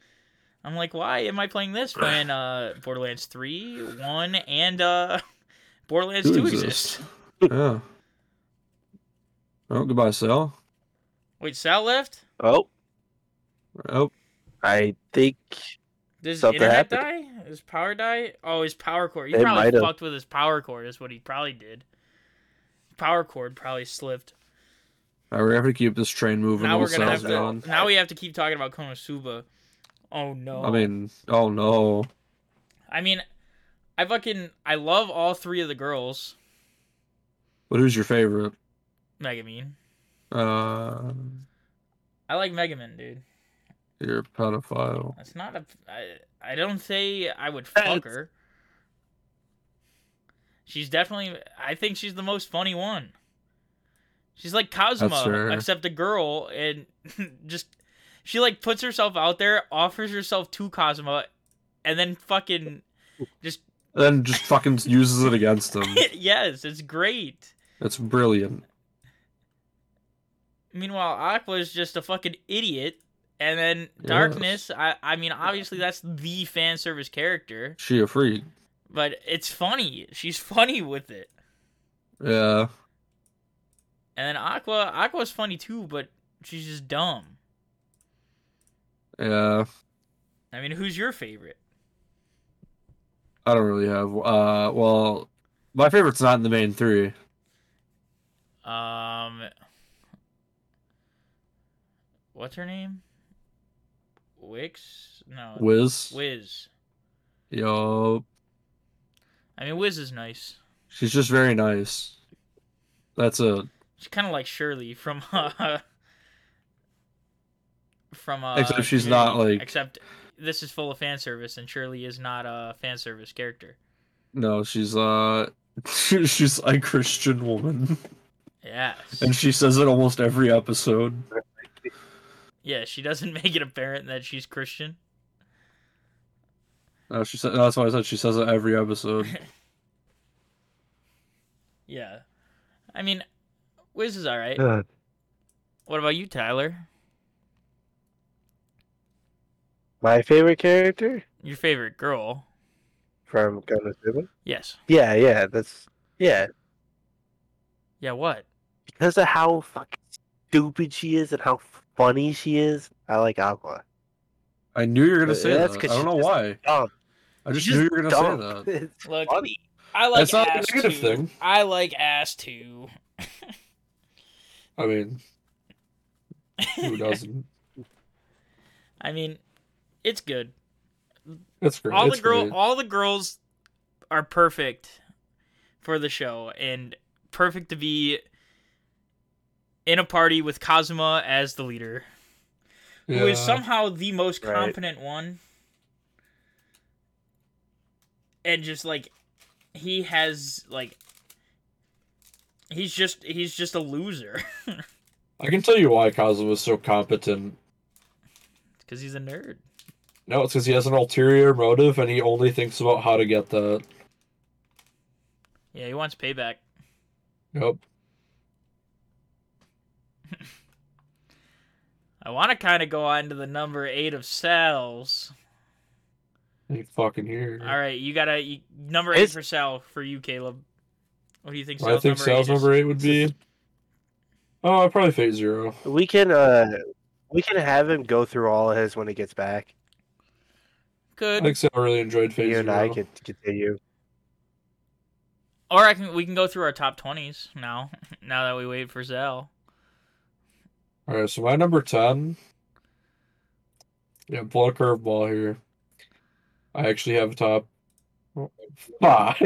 S1: I'm like, why am I playing this when uh, Borderlands three, one, and uh, Borderlands
S2: Two
S1: two
S2: exists.
S1: exist?
S2: yeah. Oh, goodbye, Sal.
S1: Wait, Sal left.
S4: Oh,
S2: Oh,
S4: I think
S1: Did his
S4: Something
S1: internet die? His power die? Oh, his power cord. He
S4: It
S1: probably
S4: might've.
S1: fucked with his power cord. Is what he probably did. Power cord probably slipped.
S2: all right, we have to keep this train moving.
S1: now
S2: while
S1: we're gonna have
S2: Sal's
S1: to.
S2: gone.
S1: Now we have to keep talking about Konosuba. Oh no.
S2: I mean, oh no.
S1: I mean, I fucking I love all three of the girls.
S2: But who's your favorite?
S1: Megamine.
S2: Uh,
S1: I like Megaman, dude.
S2: you're a pedophile.
S1: That's not a. I, I don't say I would fuck
S4: That's-
S1: her. She's definitely. I think she's the most funny one. She's like Cosmo,
S2: her.
S1: except a girl, and just she like puts herself out there, offers herself to Cosmo, and then fucking
S2: Then just fucking uses it against him.
S1: yes, it's great.
S2: It's brilliant.
S1: Meanwhile, Aqua is just a fucking idiot, and then Darkness. I I mean, obviously that's the fan service character,
S2: She a freak.
S1: but it's funny. She's funny with it.
S2: Yeah.
S1: And then Aqua, Aqua's funny too, but she's just dumb.
S2: Yeah.
S1: I mean, who's your favorite?
S2: I don't really have. Uh. Well, my favorite's not in the main three.
S1: Um, what's her name? Wix? No,
S2: Wiz.
S1: Uh, Wiz.
S2: Yo.
S1: I mean, Wiz is nice.
S2: She's just very nice. That's it.
S1: She's kind of like Shirley from uh, from uh.
S2: Except she's not,
S1: Community.
S2: like-
S1: Except this is full of fan service, and Shirley is not a fan service character.
S2: No, she's uh. She's a Christian woman,
S1: Yes.
S2: and she says it almost every episode.
S1: yeah, she doesn't make it apparent that she's Christian.
S2: No, she said. That's why I said she says it every episode.
S1: Yeah. I mean, Wiz is all right.
S4: Ugh.
S1: What about you, Tyler?
S4: My favorite character
S1: Your favorite girl?
S4: from Gun Seven.
S1: Yes.
S4: Yeah, yeah, that's yeah.
S1: Yeah, what?
S4: Because of how fucking stupid she is and how funny she is, I like Aqua.
S2: I knew you were gonna
S4: But
S2: say
S4: Uh, that's
S2: that. I
S4: 'cause
S2: don't
S4: she's
S2: know
S4: just
S2: why.
S4: dumb.
S2: I just
S4: Oh, She's
S2: knew you were gonna
S4: dumb.
S2: say that.
S4: It's
S1: Look,
S4: funny.
S1: I like
S2: That's not a
S1: ass
S2: negative
S1: too.
S2: thing.
S1: I like ass too.
S2: I mean, who doesn't?
S1: I mean, it's good.
S2: It's great.
S1: All
S2: it's
S1: the girl,
S2: great.
S1: all the girls are perfect for the show and perfect to be in a party with Kazuma as the leader, who is
S2: Yeah.
S1: somehow the most
S4: Right.
S1: competent one. And just like he has like he's just he's just a loser
S2: I can tell you why Kazuma's was so competent.
S1: because he's a nerd.
S2: No, it's because he has an ulterior motive and he only thinks about how to get that.
S1: Yeah, he wants payback.
S2: Yep.
S1: I want to kind of go on to the number eight of cells.
S2: You fucking here.
S1: All right, you gotta you, number eight
S4: It's-
S1: for Sal for you, Caleb. What do you think?
S2: I think sales
S1: eight is?
S2: number eight would be. Oh, I'd probably fate zero.
S4: We can uh we can have him go through all of his when he gets back.
S2: I
S1: Good.
S2: think Sal really enjoyed phase
S4: you and
S2: zero.
S4: I could continue.
S1: Or I can we can go through our top twenties now. Now that we wait for Sal.
S2: All right, so my number ten. Yeah, blow a curveball here. I actually have a top five.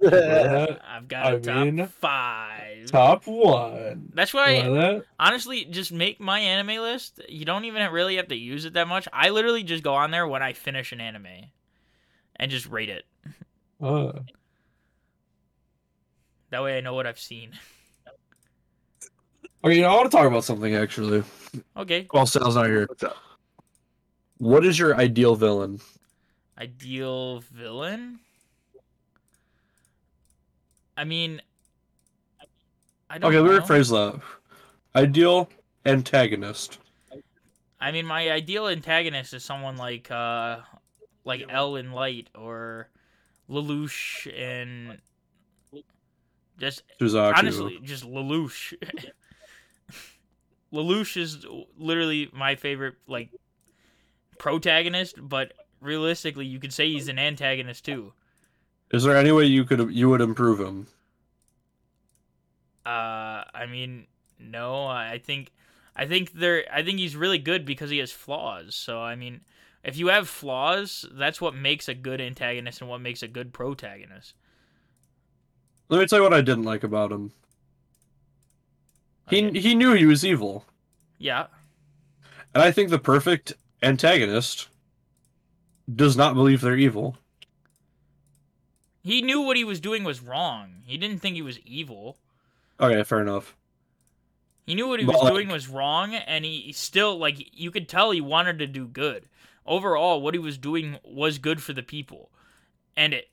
S2: But
S1: I've got
S2: I
S1: a top
S2: mean,
S1: five.
S2: top one.
S1: That's why,
S2: Why that?
S1: honestly, just make my anime list. You don't even really have to use it that much. I literally just go on there when I finish an anime, and just rate it.
S2: Uh,
S1: That way, I know what I've seen.
S2: okay, you know, I want to talk about something actually.
S1: Okay.
S2: While Sal's not here,
S4: What's up?
S2: what is your ideal villain?
S1: Ideal villain? I mean, I don't
S2: Okay,
S1: know.
S2: let me rephrase that. Ideal antagonist.
S1: I mean, my ideal antagonist is someone like, uh, like L in Light or Lelouch and just
S2: Suzaku.
S1: honestly, just Lelouch. Lelouch is literally my favorite, like, protagonist, but realistically, you could say he's an antagonist too.
S2: is there any way you could you would improve him?
S1: Uh, I mean, no, I I think, I think there, I think he's really good because he has flaws. So I mean, if you have flaws, that's what makes a good antagonist and what makes a good protagonist.
S2: Let me tell you what I didn't like about him. He
S1: Okay.
S2: he knew he was evil,
S1: yeah,
S2: and I think the perfect antagonist does not believe they're evil.
S1: He knew what he was doing was wrong. He didn't think he was evil.
S2: Okay, fair enough.
S1: He knew what he
S2: But,
S1: was
S2: like-
S1: doing was wrong, and he he still like you could tell he wanted to do good. Overall, what he was doing was good for the people, and it,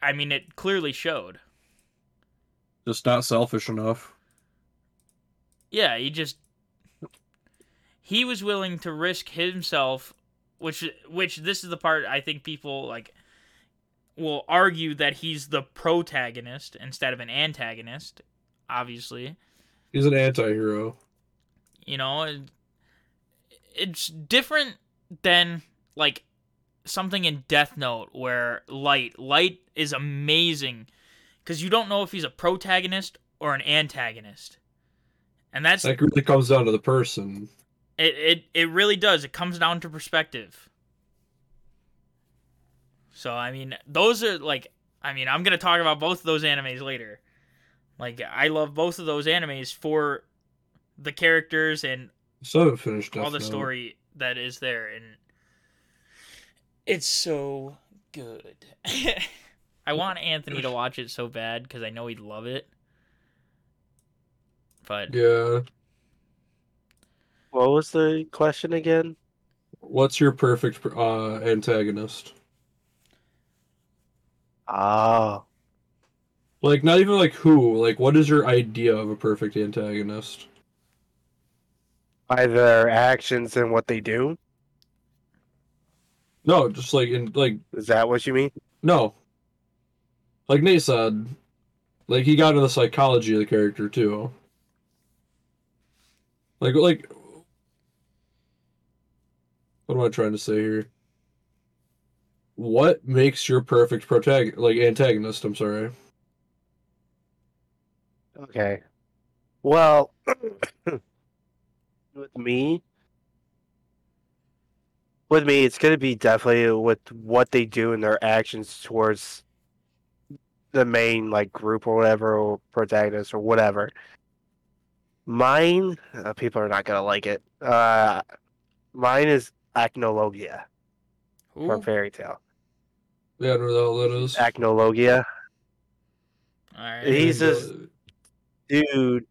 S1: I mean, it clearly showed.
S2: Just not selfish enough.
S1: Yeah, he just he was willing to risk himself, which which this is the part I think people like will argue that he's the protagonist instead of an antagonist. Obviously,
S2: He's an anti-hero.
S1: you know, it- it's different than like something in Death Note where Light Light is amazing because you don't know if he's a protagonist or an antagonist, and that's
S2: That really comes down to the person.
S1: It it it really does. It comes down to perspective. So I mean, those are like I mean, I'm gonna talk about both of those animes later. Like I love both of those animes for the characters and
S2: So I haven't finished Death
S1: all the
S2: Note.
S1: story that is there, and it's so good. I want Anthony to watch it so bad because I know he'd love it. But
S2: Yeah.
S4: What was the question again?
S2: What's your perfect uh, antagonist?
S4: Oh,
S2: Like, not even like who. Like, what is your idea of a perfect antagonist?
S4: by their actions and what they do.
S2: No, just like in like
S4: Is that what you mean?
S2: no. Like Nate said, like he got into the psychology of the character too. Like, like, what am I trying to say here? What makes your perfect protagonist, like antagonist? I'm sorry.
S4: Okay. Well, with me, with me, it's gonna be definitely with what they do and their actions towards the main like group or whatever, or protagonist or whatever. Mine, uh, people are not gonna like it. Uh, mine is Acnologia
S1: who-
S4: from Fairy Tale.
S2: Yeah, I don't know what the hell that is.
S4: Acnologia,
S1: all right.
S4: He's
S2: And,
S4: just-
S2: uh,
S4: dude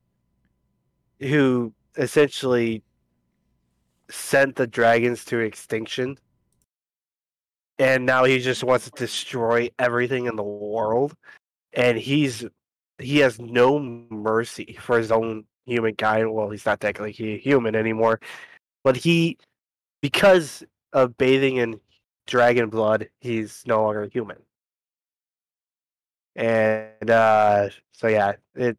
S4: who essentially sent the dragons to extinction and now he just wants to destroy everything in the world and he's he has no mercy for his own humankind well he's not technically hu- human anymore but he because of bathing in dragon blood he's no longer human and uh so yeah it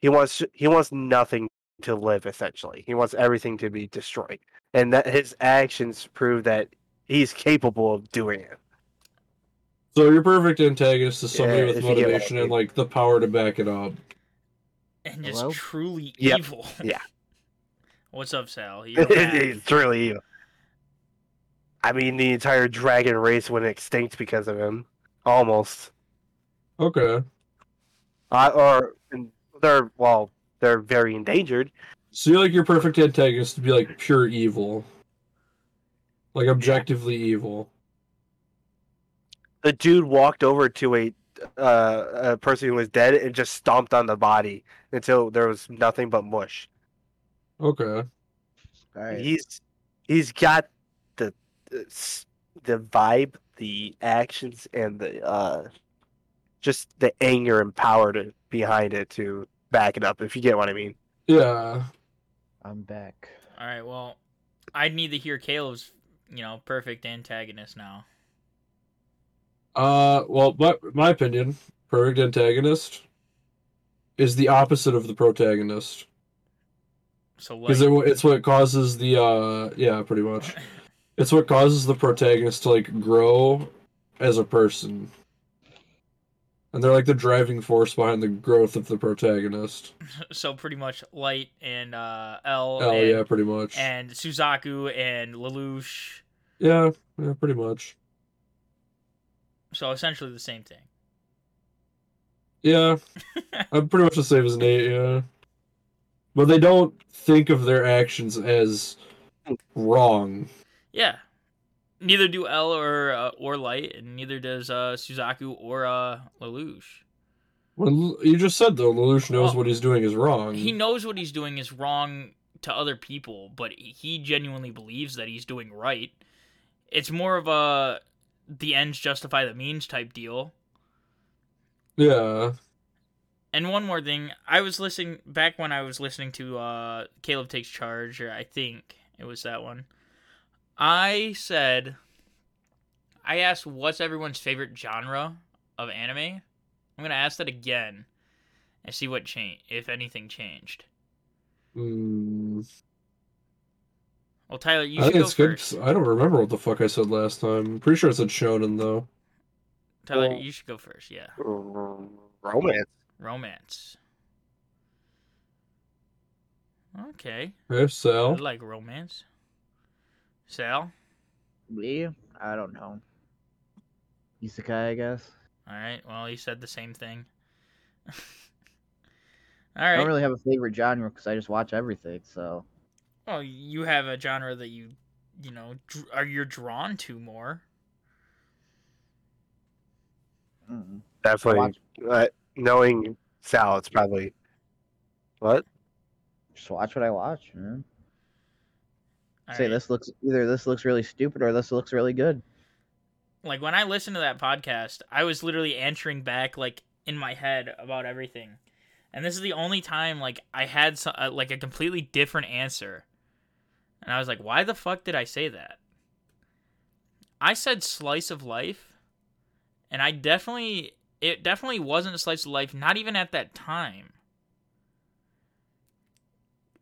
S4: he wants he wants nothing to live essentially he wants everything to be destroyed and that his actions prove that he's capable of doing it
S2: So your perfect antagonist is somebody
S4: Yeah,
S2: with
S4: if you get what I
S2: motivation and
S4: mean.
S2: like the power to back it up.
S1: and just
S3: Hello?
S1: truly
S4: Yep.
S1: evil.
S4: Yeah.
S1: What's up, Sal? You don't have-
S4: it's really evil i mean the entire dragon race went extinct because of him almost
S2: Okay.
S4: uh, or and they're well they're very endangered
S2: So you like your perfect antagonist to be like pure evil. Like objectively evil.
S4: the dude walked over to a uh, a person who was dead and just stomped on the body until there was nothing but mush
S2: Okay.
S3: All right.
S4: he's he's got the the s- the vibe, the actions, and the uh, just the anger and power to behind it to back it up. If you get what I mean.
S2: Yeah.
S3: I'm back.
S1: All right. Well, I need to hear Caleb's, you know, perfect antagonist now.
S2: Uh well my my opinion, perfect antagonist is the opposite of the protagonist.
S1: So like,
S2: Because it, it's what causes the uh yeah, pretty much. It's what causes the protagonist to like grow as a person. And they're like the driving force behind the growth of the protagonist.
S1: so pretty much Light and uh, L
S2: Oh
S1: and,
S2: yeah, pretty much.
S1: and Suzaku and Lelouch.
S2: Yeah, yeah, pretty much.
S1: So essentially the same thing.
S2: Yeah, I'm pretty much the same as Nate. Yeah, but they don't think of their actions as wrong.
S1: Yeah. neither do L or uh, or Light, and neither does uh, Suzaku or uh, Lelouch.
S2: Well, you just said though, Lelouch knows
S1: Well,
S2: what he's doing is wrong.
S1: He knows what he's doing is wrong to other people, but he genuinely believes that he's doing right. It's more of a the ends justify the means type deal.
S2: yeah,
S1: And one more thing, I was listening back when I was listening to uh, Caleb Takes Charge, or I think it was that one. I said, I asked, "What's everyone's favorite genre of anime?" I'm gonna ask that again, and see what change, if anything, changed.
S2: Mm,
S1: Well, Tyler, you
S2: I
S1: should
S2: think
S1: go
S2: it's good.
S1: first.
S2: I don't remember what the fuck I said last time. I'm pretty sure I said shonen though.
S1: Tyler,
S4: Well-
S1: you should go first. Yeah,
S4: Romance.
S1: romance. Okay,
S2: Okay,
S1: I
S2: Sal.
S1: like romance. Sal,
S3: Me? I don't know. Isekai, I guess.
S1: all right. Well, you said the same thing. all
S3: I
S1: right.
S3: don't really have a favorite genre because I just watch everything. So
S1: Well, you have a genre that you, you know, dr- are you're drawn to more.
S3: mm.
S4: Definitely.
S3: Watch.
S4: Uh, knowing Sal, it's probably what?
S3: just watch what I watch. Man.
S1: All
S3: Say
S1: right.
S3: this looks either this looks really stupid or this looks really good.
S1: Like when I listened to that podcast, I was literally answering back like in my head about everything, and this is the only time like I had so- uh, like a completely different answer, and I was like, why the fuck did I say that? I said slice of life, and I definitely it definitely wasn't slice of life. Not even at that time.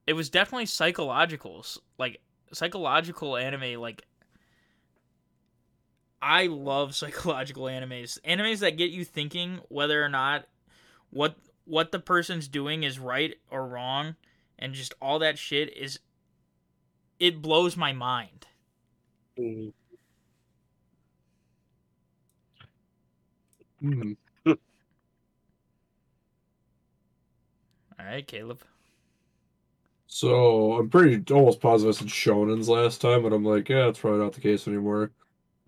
S1: It was definitely psychological, s- like psychological anime. Like I love psychological animes, animes that get you thinking whether or not what what the person's doing is right or wrong, and just all that shit is. It blows my mind.
S4: Mm,
S2: Mm.
S1: All right, Caleb.
S2: So I'm pretty almost positive I said shonens last time, but I'm like, yeah, that's probably not the case anymore.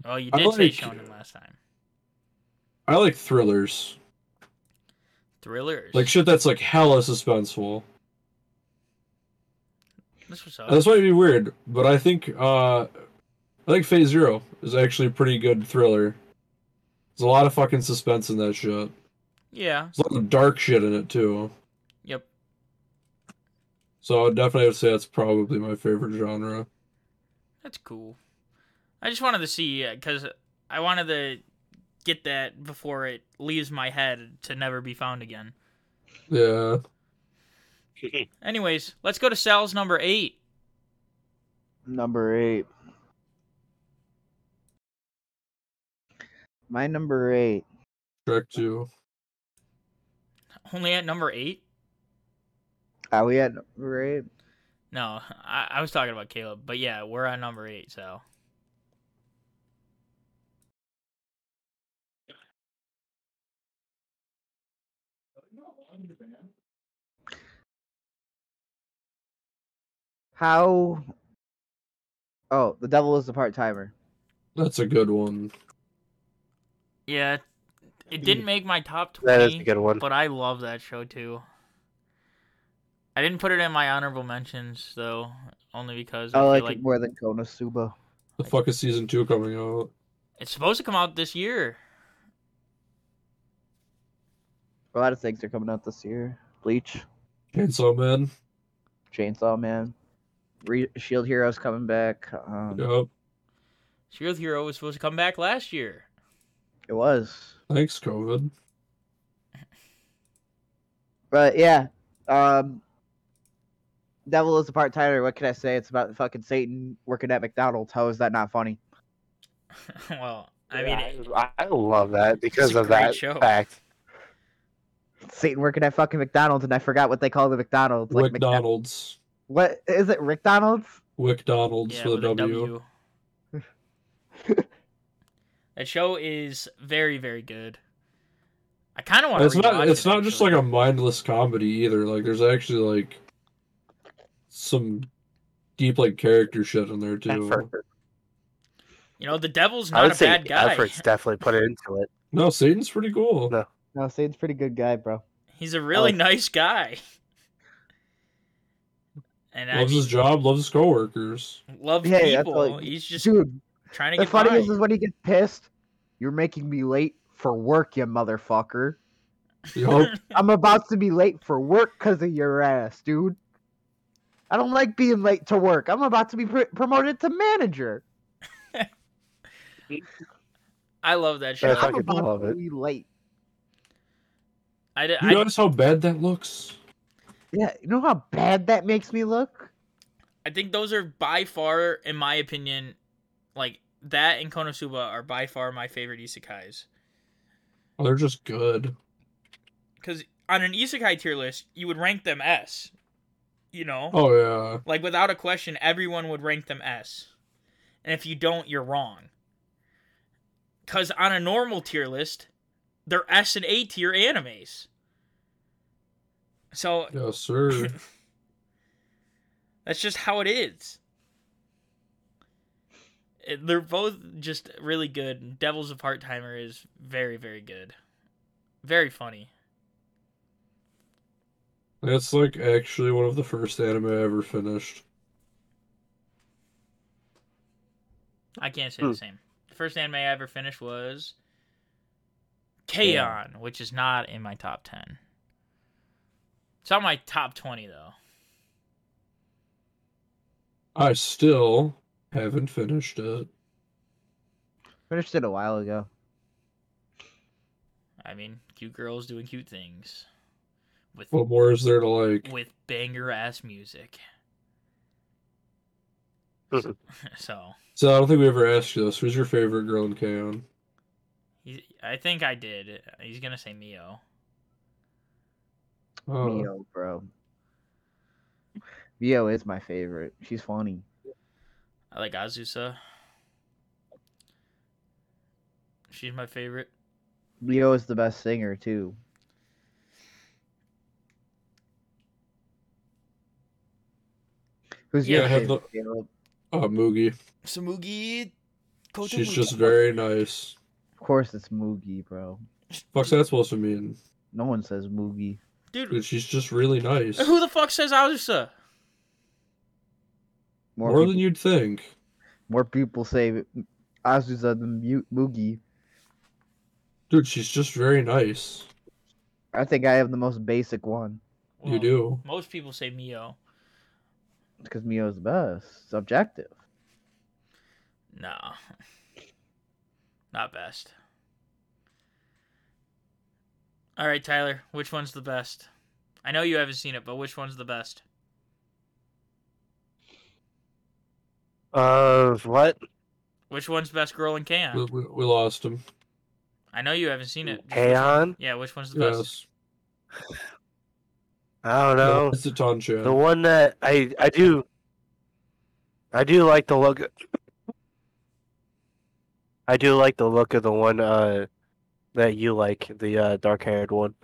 S1: Oh, you
S2: I
S1: did say
S2: like-
S1: shonen last time.
S2: I like thrillers,
S1: Thrillers.
S2: like shit that's like hella suspenseful.
S1: This was
S2: Uh, This might be weird, but I think uh, I think Phase Zero is actually a pretty good thriller. There's a lot of fucking suspense in that shit.
S1: Yeah.
S2: There's a lot of dark shit in it too.
S1: Yep.
S2: So I definitely would say that's probably my favorite genre.
S1: That's cool. I just wanted to see because I wanted to get that before it leaves my head to never be found again.
S2: Yeah.
S1: Anyways, let's go to Sal's number eight.
S3: Number eight. My number eight.
S2: Trek two.
S1: Only at number eight?
S3: Are we at number eight?
S1: No, I, I was talking about Caleb, but yeah, we're on number eight. So
S3: How? Oh, the devil is the part timer.
S2: That's a good one.
S1: yeah, it didn't make my top twenty.
S4: that is a good one.
S1: But I love that show too. I didn't put it in my honorable mentions though, only because I
S3: I like,
S1: feel
S3: it more than Konosuba.
S2: The fuck is season two coming out?
S1: it's supposed to come out this year.
S3: A lot of things are coming out this year. Bleach,
S2: Chainsaw Man.
S3: Chainsaw Man, Re- Shield Heroes coming back. Um,
S2: Yep.
S1: Shield Hero was supposed to come back last year.
S3: It was,
S2: Thanks, COVID.
S3: but yeah. Um, devil is the part timer. What can I say? It's about fucking Satan working at McDonald's. How is that not funny?
S1: well, I
S4: Yeah,
S1: mean, it-
S4: I, I love that because
S1: a
S4: of
S1: great
S4: that
S1: show.
S4: fact.
S3: Satan working at fucking McDonald's, and I forgot what they call the McDonald's. Like
S2: Wick Donalds.
S3: McDo- what is it? Rick Donald's?
S2: Wick Donalds
S1: yeah,
S2: for
S1: with
S2: the
S1: a
S2: W.
S1: W. that show is very, very good. I kind of want to.
S2: It's not. It's not just like a mindless comedy either. Like there's actually like some deep like character shit in there too.
S4: Effort.
S1: You know, the devil's
S4: I
S1: not
S4: would
S1: a
S4: say
S1: bad guy.
S4: efforts definitely put into it.
S2: No, Satan's pretty cool.
S4: No.
S3: No, Satan's a pretty good guy, bro.
S1: He's a really
S3: Oh.
S4: Alex-
S1: nice guy. And I
S2: Loves
S1: mean,
S2: his job, loves his coworkers.
S1: loves
S3: Yeah, that's
S1: people.
S3: all-
S1: He's just
S3: Dude,
S1: trying to
S3: the
S1: get
S3: funny
S1: by.
S3: is, is when he gets pissed, you're making me late for work, you motherfucker.
S2: Yup.
S3: I'm about to be late for work because of your ass, dude. I don't like being late to work. I'm about to be pr- promoted to manager.
S1: I love that show.
S4: Yeah, if I
S3: I'm
S4: could
S3: about
S4: love
S3: to
S4: it.
S3: be late.
S1: I, did,
S2: you
S1: I,
S2: notice how bad that looks?
S3: Yeah, you know how bad that makes me look?
S1: I think those are by far, in my opinion, like that and Konosuba are by far my favorite isekais.
S2: Oh, they're just good.
S1: Because on an isekai tier list, you would rank them S. You know?
S2: Oh yeah.
S1: Like without a question, everyone would rank them S. And if you don't, you're wrong. Cause on a normal tier list, they're S and A tier animes. So
S2: Yes, sir.
S1: that's just how it is. It- They're both just really good. Devils of Part Timer is very, very good. Very funny.
S2: That's like actually one of the first anime I ever finished.
S1: I can't say
S4: Hmm.
S1: the same. The first anime I ever finished was K-On!, which is not in my top 10. It's on my top 20, though.
S2: I still haven't finished it.
S3: Finished it a while ago.
S1: I mean, cute girls doing cute things with
S2: What more is there to like?
S1: with banger ass music.
S4: Mhm.
S1: so,
S2: So I don't think we ever asked you this. Who's your favorite girl in K-On?
S1: he, I think I did. He's going to say Mio.
S2: Oh,
S3: Mio, bro. Mio is my favorite. She's funny.
S1: I like Azusa. She's my favorite.
S3: Mio is the best singer, too. Who's
S2: Yeah,
S3: your
S2: I have the-
S3: favorite? Caleb?
S2: uh, Moogie.
S1: Samugi
S2: She's just very nice.
S3: Of course, it's Moogie, bro.
S2: Fuck's that supposed to mean?
S3: No one says Moogie.
S1: Dude,
S2: Dude, she's just really nice.
S1: who the fuck says Azusa?
S3: More,
S2: More
S3: people,
S2: than you'd think.
S3: more people say Azusa than Mu- Moogie.
S2: Dude, she's just very nice.
S3: I think I have the most basic one
S1: Well,
S2: You do.
S1: Most people say Mio.
S3: because Mio's the best. It's objective.
S1: No. Not best. All right, Tyler, which one's the best? I know you haven't seen it, but which one's the best?
S4: Uh, what?
S1: Which one's best girl in
S2: We,
S1: Can?
S2: we, we lost him.
S1: I know you haven't seen it. Just which-
S4: K-On?
S1: Yeah, which one's the best?
S2: Yes.
S4: I don't know.
S2: It's a ton,
S4: The one that I I do I do like the look I do like the look of the one uh that you like, the uh dark haired one.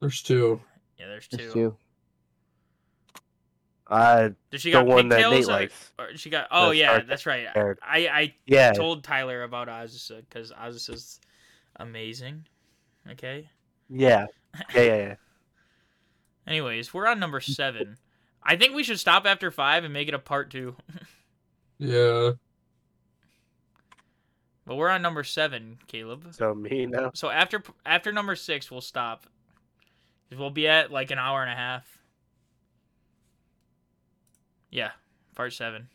S2: There's two.
S1: Yeah, there's two.
S3: Just you.
S4: Uh
S1: Does she
S4: the
S1: got
S4: one that
S1: pigtails?
S4: Nate
S1: or-
S4: likes.
S1: or she got? Oh
S4: The
S1: yeah,
S4: shark
S1: that's right.
S4: haired.
S1: I I
S4: yeah.
S1: told Tyler about Azusa because Azusa's amazing. Okay.
S4: Yeah. Yeah, yeah, yeah.
S1: Anyways, we're on number seven. I think we should stop after five and make it a part two.
S2: Yeah.
S1: But we're on number seven, Caleb.
S4: So me now.
S1: So after after number six, we'll stop. 'Cause We'll be at like an hour and a half. Yeah, part seven.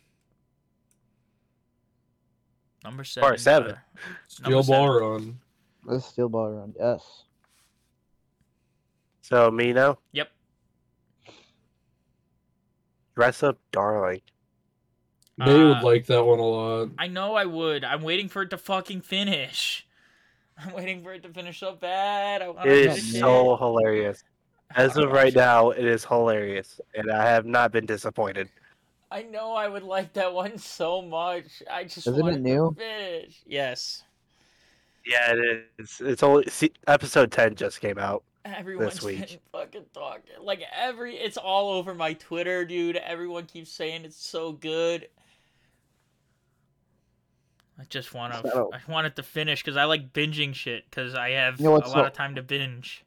S1: Number seven.
S4: seven.
S1: Tyler.
S2: Steel
S1: seven.
S2: ball run.
S3: Let's steal ball around. Yes.
S4: So me now.
S1: Yep.
S4: Dress up darling.
S2: They
S1: Uh,
S2: would like that one a lot.
S1: I know I would. I'm waiting for it to fucking finish. I'm waiting for it to finish so bad. I want
S4: It
S3: yeah,
S4: is
S3: yeah.
S4: so hilarious. As of right now, it is hilarious. And I have not been disappointed.
S1: I know I would like that one so much. I just
S3: Isn't
S1: want
S3: it
S1: to
S3: new?
S1: finish. Yes.
S4: Yeah, it is. It's only see, episode ten just came out.
S1: Everyone's
S4: week.
S1: been fucking talking. Like every it's all over my Twitter, dude. Everyone keeps saying it's so good. I just want to.
S3: So-
S1: I want it to finish because I like binging shit because I have
S3: You know
S1: a
S3: what's
S1: lot
S3: so-
S1: of time to binge.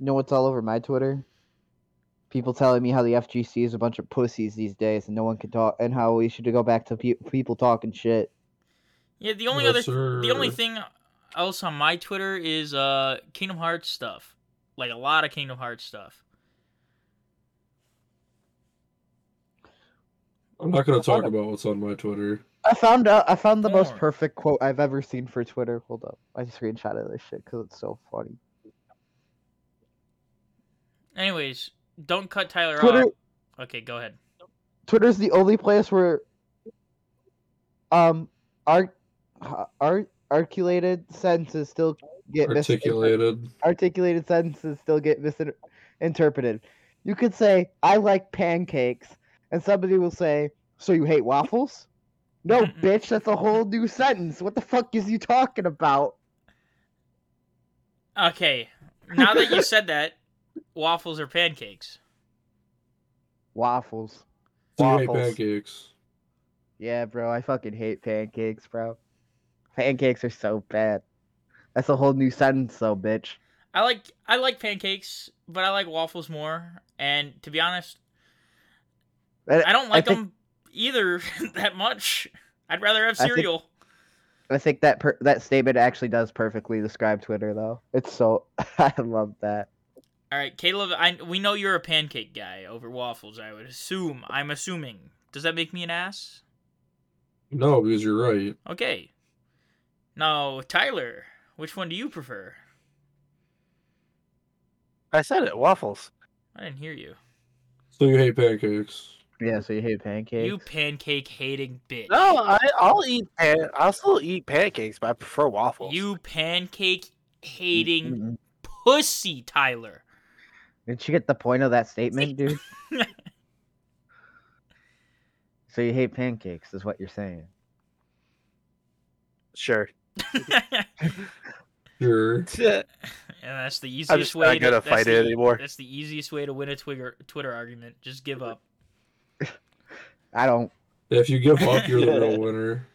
S3: You know what's all over my Twitter? People telling me how the FGC is a bunch of pussies these days, and no one can talk, and how we should go back to pe- people talking shit.
S1: Yeah, the only
S2: Yes,
S1: other, the only
S2: sir.
S1: thing else on my Twitter is uh Kingdom Hearts stuff, like a lot of Kingdom Hearts stuff.
S2: I'm not gonna talk about what's on my Twitter.
S3: I found out. I found the most
S1: More.
S3: perfect quote I've ever seen for Twitter. Hold up, I screenshotted this shit because it's so funny.
S1: Anyways, don't cut Tyler
S3: Twitter,
S1: off. Okay, go ahead.
S3: Twitter's the only place where, um, art, art, articulated sentences still get misinterpreted.
S2: Articulated.
S3: articulated sentences still get misinterpreted. You could say, I like pancakes, and somebody will say, So you hate waffles? No, bitch, that's a whole new sentence. What the fuck is you talking about?
S1: Okay, now that you said that, waffles or pancakes?
S3: Waffles.
S2: Do you hate
S4: Waffles.
S2: pancakes?
S3: Yeah, bro, I fucking hate pancakes, bro. Pancakes are so bad. That's a whole new sentence, though, bitch.
S1: I like I like pancakes, but I like waffles more. And to be honest,
S3: And
S1: I don't like
S3: think-
S1: them either that much. I'd rather have
S3: I think-
S1: cereal.
S3: I think that per- that statement actually does perfectly describe Twitter, though. It's so I love that.
S1: All right, Caleb, I we know you're a pancake guy over waffles. I would assume. I'm assuming. Does that make me an ass?
S2: No, because you're right.
S1: Okay. Now, Tyler, which one do you prefer?
S4: I said it. Waffles.
S1: I didn't hear you.
S2: So you hate pancakes.
S3: Yeah, so you hate pancakes.
S1: You pancake hating bitch.
S4: No, I, I'll eat. Pan- I'll still eat pancakes, but I prefer waffles.
S1: You pancake hating
S3: Mm-mm.
S1: pussy, Tyler.
S3: Did you get the point of that statement, dude? so you hate pancakes, is what you're saying.
S4: sure.
S1: and
S2: Sure.
S1: that's the easiest
S4: I'm just
S1: way
S4: not gonna
S1: to that's
S4: fight
S1: the-
S4: it anymore.
S1: That's the easiest way to win a Twitter Twitter argument. Just give up.
S3: I don't.
S2: If you give up, you're the real winner.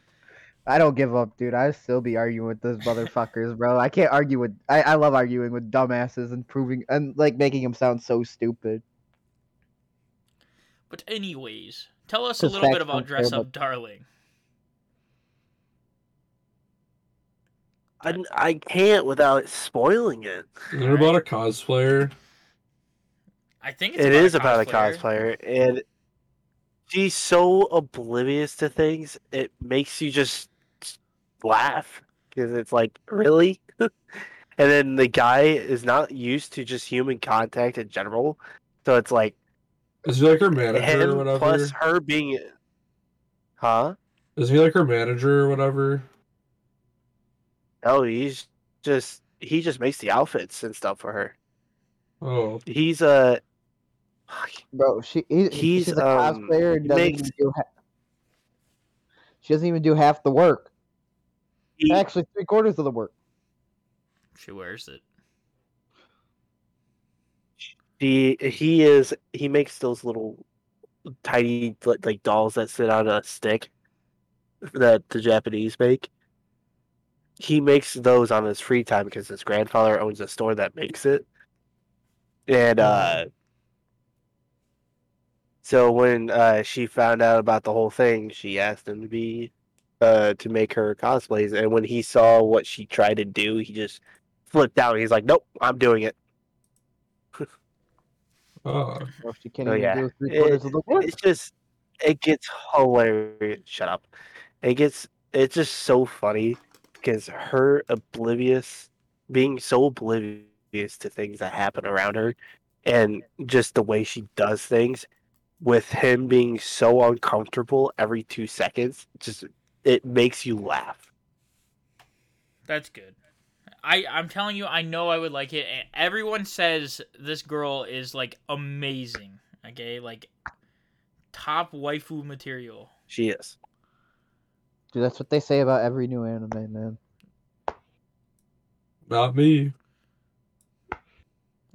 S3: I don't give up, dude. I still be arguing with those motherfuckers, bro. I can't argue with. I, I love arguing with dumbasses and proving and like making them sound so stupid.
S1: But anyways, tell us a
S3: Just
S1: little bit
S3: facts
S1: about
S3: don't care
S1: Dress
S3: about-
S1: Up Darling.
S4: I, I can't without spoiling it.
S2: Is it about a cosplayer?
S1: I think it's
S4: It
S1: about
S4: is
S1: a
S4: about a
S1: cosplayer.
S4: cosplayer, and she's so oblivious to things. It makes you just laugh because it's like, really? and then the guy is not used to just human contact in general, so it's like
S2: Is he like her manager or
S4: him
S2: whatever?
S4: plus her being, huh?
S2: Is he like her manager or whatever?
S4: No, Oh, he's just he just makes the outfits and stuff for her.
S2: Oh,
S4: He's a.
S3: Bro, she he,
S4: He's,
S3: he's a
S4: um,
S3: cosplayer
S4: he
S3: and doesn't
S4: makes-
S3: even do. Ha- she doesn't even do half the work.
S4: He,
S3: Actually, three quarters of the work.
S1: She wears it.
S4: He he is he makes those little tiny li- like dolls that sit on a stick that the Japanese make. He makes those on his free time because his grandfather owns a store that makes it. And uh so when uh she found out about the whole thing, she asked him to be uh to make her cosplays and when he saw what she tried to do, he just flipped out. He's like, "Nope, I'm doing it."
S2: ah.
S3: Bro, she can't
S4: Oh,
S3: even
S4: yeah.
S3: do three quarters
S4: It-
S3: of the work.
S4: it's just it gets hilarious. Shut up. It gets it's just so funny because her oblivious being so oblivious to things that happen around her and just the way she does things with him being so uncomfortable every 2 seconds just it makes you laugh.
S1: That's good. I I'm telling you, I know I would like it. And everyone says this girl is like amazing. Okay, like top waifu material.
S4: She is.
S3: Dude, that's what they say about every new anime, man.
S2: not me.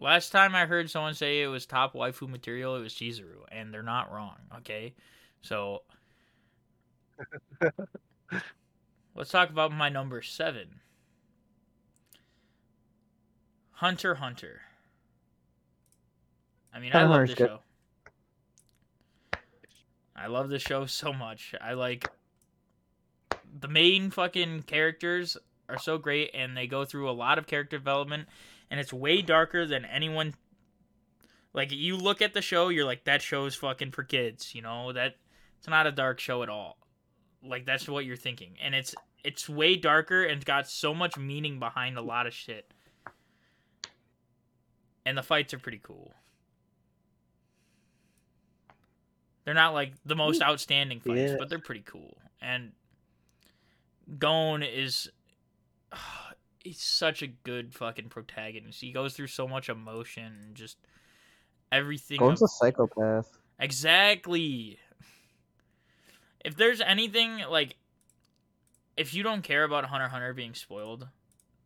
S1: Last time I heard someone say it was top waifu material, it was Chizuru, and they're not wrong. Okay, so Let's talk about my number seven. Hunter x Hunter. I mean, I
S3: Hunter
S1: love
S3: x
S1: this
S3: Hunter's
S1: show. I love this show so much. I like the main fucking characters are so great, and they go through a lot of character development, and it's way darker than anyone. Like you look at the show, you're like, that show's fucking for kids. You know that it's not a dark show at all. Like that's what you're thinking, and it's it's way darker and it's got so much meaning behind a lot of shit. And the fights are pretty cool. They're not like the most outstanding fights,
S4: Yeah.
S1: but they're pretty cool. And Gon is he's such a good fucking protagonist. He goes through so much emotion and just everything.
S3: Gone's
S1: ab-
S3: a psychopath.
S1: Exactly. If there's anything like if you don't care about Hunter x Hunter being spoiled,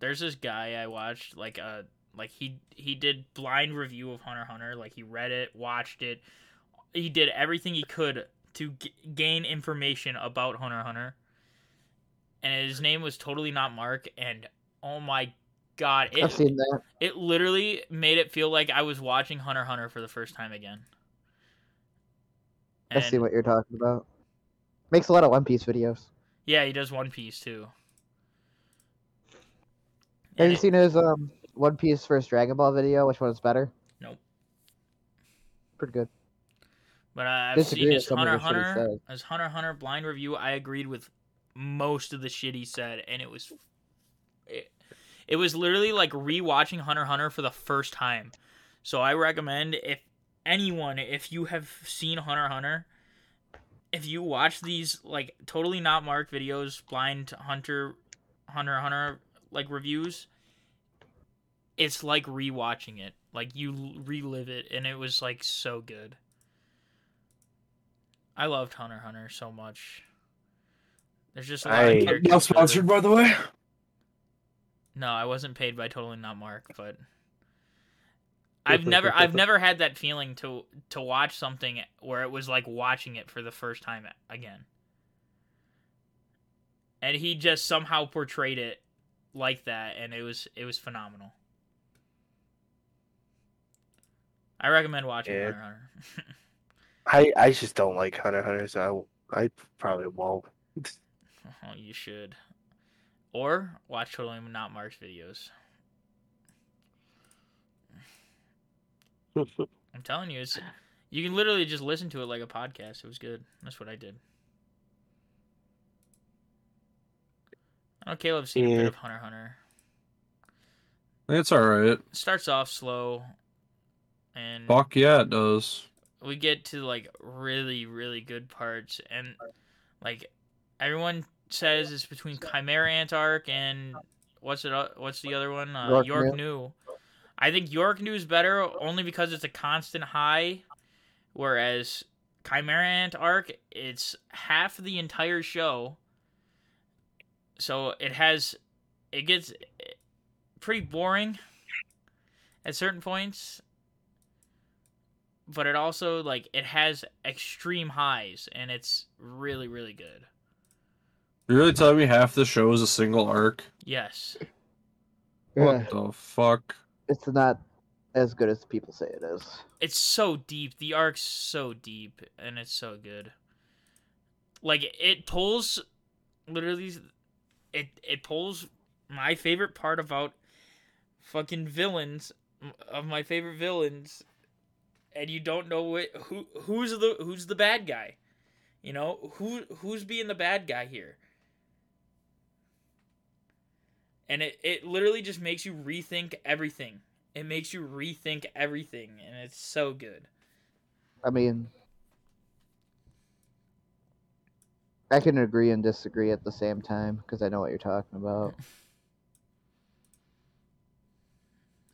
S1: there's this guy I watched like uh like he he did blind review of Hunter x Hunter, like he read it, watched it. He did everything he could to g- gain information about Hunter x Hunter. And his name was totally not Mark and oh my god, it
S3: I've seen that.
S1: it literally made it feel like I was watching Hunter x Hunter for the first time again.
S3: I see what you're talking about. Makes a lot of One Piece videos.
S1: Yeah, he does One Piece too.
S3: Have
S1: And
S3: you
S1: it-
S3: seen his um One Piece versus Dragon Ball video? Which one is better?
S1: Nope.
S3: Pretty good.
S1: But I- I've
S3: Disagree
S1: seen
S3: with
S1: his
S3: some of
S1: Hunter
S3: the shit he
S1: Hunter
S3: said.
S1: as Hunter Hunter blind review. I agreed with most of the shit he said, and it was it, it was literally like rewatching Hunter Hunter for the first time. So I recommend if anyone, if you have seen Hunter Hunter, if you watch these like totally not marked videos, blind Hunter Hunter Hunter like reviews, it's like rewatching it. Like you l- relive it, and it was like so good. I loved Hunter x Hunter so much. There's just a lot
S4: I-
S1: of characters.
S2: Not
S1: for the-
S2: sponsored, by the way.
S1: No, I wasn't paid by totally not Mark, but I've never I've never had that feeling to to watch something where it was like watching it for the first time again. And he just somehow portrayed it like that and it was it was phenomenal. I recommend watching
S4: Yeah.
S1: Hunter x Hunter.
S4: I I just don't like Hunter x Hunter, so I, I probably won't.
S1: Oh, you should. Or watch Totally Not Mark's videos. I'm telling you, it's you can literally just listen to it like a podcast. It was good. That's what I did. I know Caleb's seen a bit
S4: Yeah.
S1: of Hunter x Hunter.
S2: It's all right.
S1: It starts off slow, and
S2: Fuck yeah, it does.
S1: we get to like really really good parts and like everyone says it's between chimera antark and what's it o- what's the other one uh,
S3: York
S1: york, new i think york new is better only because it's a constant high whereas chimera antark it's half the entire show so it has it gets eh, pretty boring at certain points but it also like it has extreme highs and it's really really good
S2: You really telling me half the show is a single arc?
S1: yes
S3: Yeah,
S2: What the fuck?
S3: it's not as good as people say it is.
S1: it's so deep the arc's so deep and it's so good like it pulls literally it it pulls my favorite part about fucking villains of my favorite villains and you don't know what, who who's the who's the bad guy you know who who's being the bad guy here and it, it literally just makes you rethink everything it makes you rethink everything and it's so good
S3: I mean, I can agree and disagree at the same time because I know what you're talking about.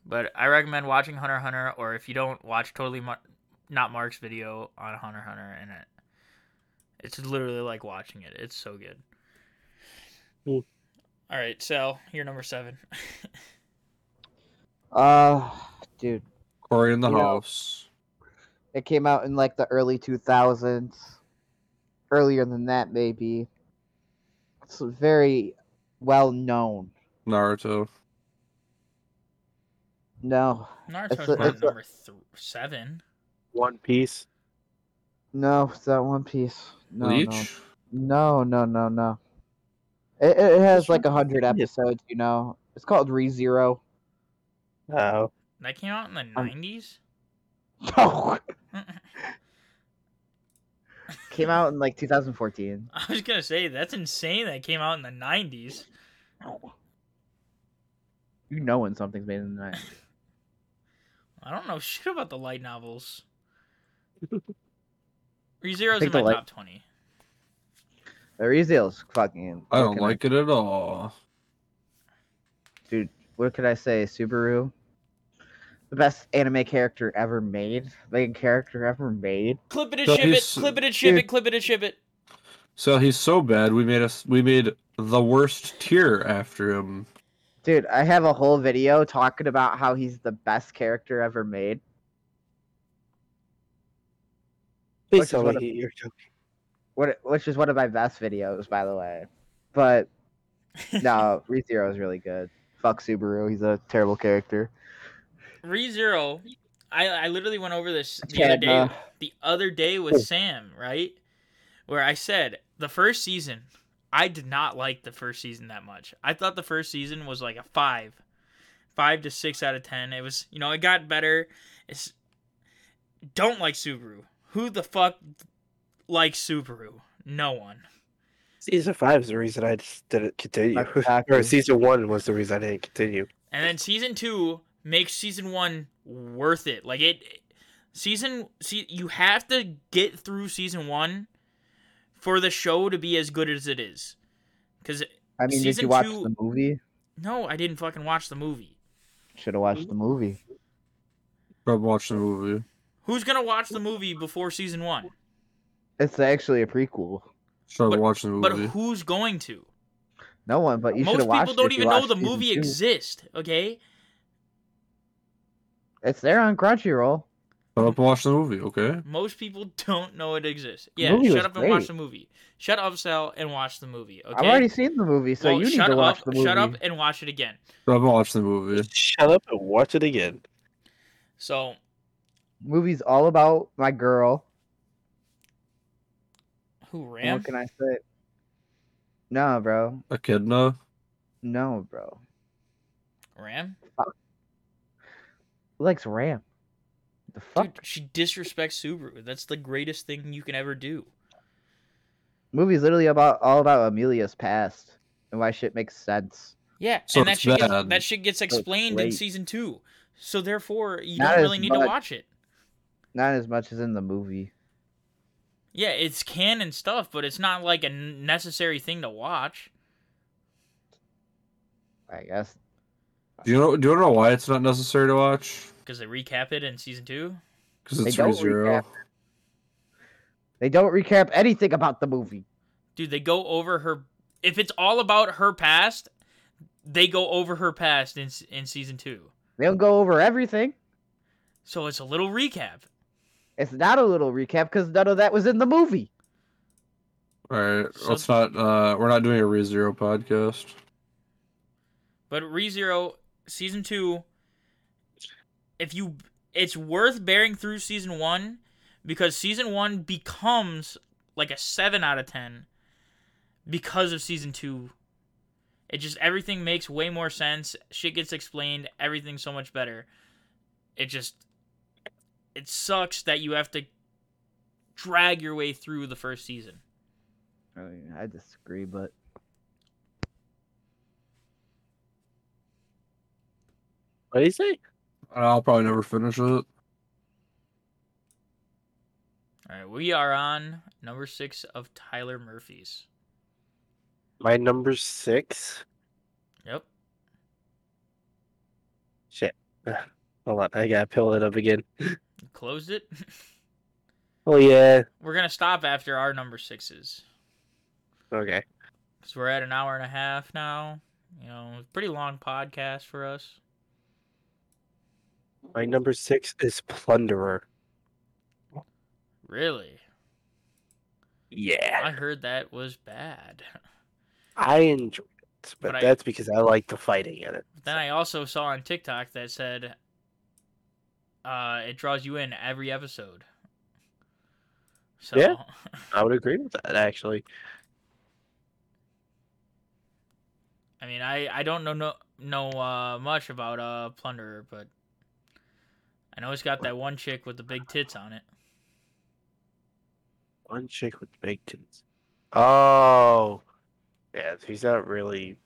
S1: but i recommend watching hunter x hunter or if you don't watch totally Mar- not mark's video on hunter x hunter and it it's literally like watching it it's so good
S4: Cool.
S1: all right so you're number seven
S3: Uh, dude,
S2: Corey in the
S3: You know-
S2: house.
S3: it came out in like the early 2000s, earlier than that, maybe. It's very well known.
S2: Naruto.
S3: No,
S1: Naruto's
S3: a-
S1: not
S3: it's a-
S1: number th- seven.
S4: One Piece.
S3: no, it's not One Piece. No, no.
S2: Bleach.
S3: No, no, no, no. It, it it has
S4: Which
S3: like a
S4: one
S3: hundred
S4: is it?
S3: episodes, you know. It's called ReZero.
S4: Oh,
S1: That came out in the
S3: Um,
S1: nineties.
S3: No,
S1: I
S3: came out in like 2014.
S1: was gonna say that's insane. That came out in the nineties.
S3: You know when something's made in the night.
S1: I don't know shit about the light novels. ReZero's in
S3: think
S1: my
S3: the light-
S1: top twenty.
S3: The ReZero's fucking.
S2: I
S3: what
S2: don't
S3: can
S2: like it at all.
S3: what could I say? Subaru, the best anime character ever made. Like a character ever made.
S1: Clip it and
S2: So
S1: ship it.
S2: he's-
S1: Clip it and ship
S3: Dude.
S1: it. Clip it and ship it.
S2: So he's so bad. We made us. We made the worst tier after him.
S3: Dude, I have a whole video talking about how he's the best character ever made. Which
S4: please
S3: is
S4: tell
S3: one of-
S4: me you're joking.
S3: What, which is one of my best videos, by the way. But no, ReZero is really good. Fuck Subaru, he's a terrible character.
S1: ReZero. I I literally went over this the other
S3: And,
S1: day.
S3: uh,
S1: the other day with Sam, right? Where I said the first season, I did not like the first season that much. I thought the first season was like a five, five to six out of ten. It was, you know, it got better. It's don't like Subaru. Who the fuck likes Subaru? No one.
S4: Season five is the reason I just didn't continue.
S3: Exactly.
S4: or season one was the reason I didn't continue.
S1: And then season two makes season one worth it. Like it, season see you have to get through season one for the show to be as good as it is. Because
S3: I mean, did
S1: season
S3: you watch
S1: two-
S3: the movie?
S1: no, I didn't fucking watch the movie.
S3: Should have watched the movie.
S1: Mm-hmm.
S2: From watching the movie.
S1: Who's gonna watch the movie before season one?
S3: It's actually a prequel.
S2: Started
S1: But-
S2: watching the
S1: But
S2: movie.
S1: who's going to?
S3: No one, but you should
S1: Most
S3: have watched
S1: people don't
S3: it if you
S1: even know
S3: watched
S1: the
S3: season
S1: movie
S3: two.
S1: exists. Okay,
S3: It's there on Crunchyroll.
S2: Shut up and watch the movie, okay?
S1: most people don't know it exists. Yeah,
S3: movie
S1: shut
S3: was
S1: up and watch
S3: great.
S1: the movie. Shut up, Sal, and watch the movie. Okay.
S3: I've already seen the movie, so
S1: Well,
S3: you need
S1: shut
S3: to watch
S1: up,
S3: the movie.
S1: Shut up and watch it again.
S2: Shut up and watch the movie.
S4: Shut up and watch it again.
S1: So
S3: Movie's all about my girl.
S1: who
S3: And
S1: Ram?
S3: What can I say? No, bro.
S2: Echidna.
S3: No, bro.
S1: Ram?
S3: Who likes Ram? The fuck?
S1: Dude, she disrespects Subaru. That's the greatest thing you can ever do.
S3: Movie's literally about all about Amelia's past and why shit makes sense.
S1: Yeah,
S2: So
S1: and that
S2: it's
S1: shit, gets,
S2: bad.
S1: that shit gets explained in
S3: great.
S1: season two. So therefore, you
S3: Not
S1: don't really
S3: as
S1: need to
S3: much.
S1: watch it.
S3: Not as much as in the movie.
S1: Yeah, it's canon stuff, but it's not like a n- necessary thing to watch.
S3: I guess.
S2: Do you know do you know why it's not necessary to watch?
S1: Because they recap it in season two.
S2: Because
S3: They
S2: it's
S3: don't
S2: ReZero.
S3: recap. They don't recap anything about the movie.
S1: Dude, they go over her. If it's all about her past, they go over her past in, s- in season two.
S3: They don't go over everything.
S1: So it's a little recap.
S3: It's not a little recap because none of that was in the movie.
S2: Alright.
S1: So-
S2: Let's not uh we're not doing a ReZero podcast.
S1: But ReZero season two, if you, it's worth bearing through season one because season one becomes like a seven out of ten because of season two. It just everything makes way more sense. Shit gets explained. Everything's so much better. It just, it sucks that you have to drag your way through the first season.
S3: I mean, I disagree, but
S4: What do you say?
S2: I'll probably never finish it.
S1: All right, we are on number six of Tyler Murphy's.
S4: My number six.
S1: Yep.
S4: Shit. Hold on, I gotta pull it up again.
S1: closed it.
S4: Oh yeah.
S1: we're gonna stop after our number sixes
S4: Okay.
S1: because we're at an hour and a half now. You know, it's a pretty long podcast for us.
S4: My number six is Plunderer.
S1: Really,
S4: Yeah.
S1: I heard that was bad.
S4: I enjoyed it, but,
S1: But I-
S4: that's because I like the fighting in it.
S1: Then I also saw on TikTok that said uh, it draws you in every episode. So
S4: Yeah. I would agree with that actually.
S1: I mean, I, I don't know no, know uh, much about uh, Plunderer, but I know it's got that one chick with the big tits on it.
S4: One chick with big tits. Oh, yeah, he's not really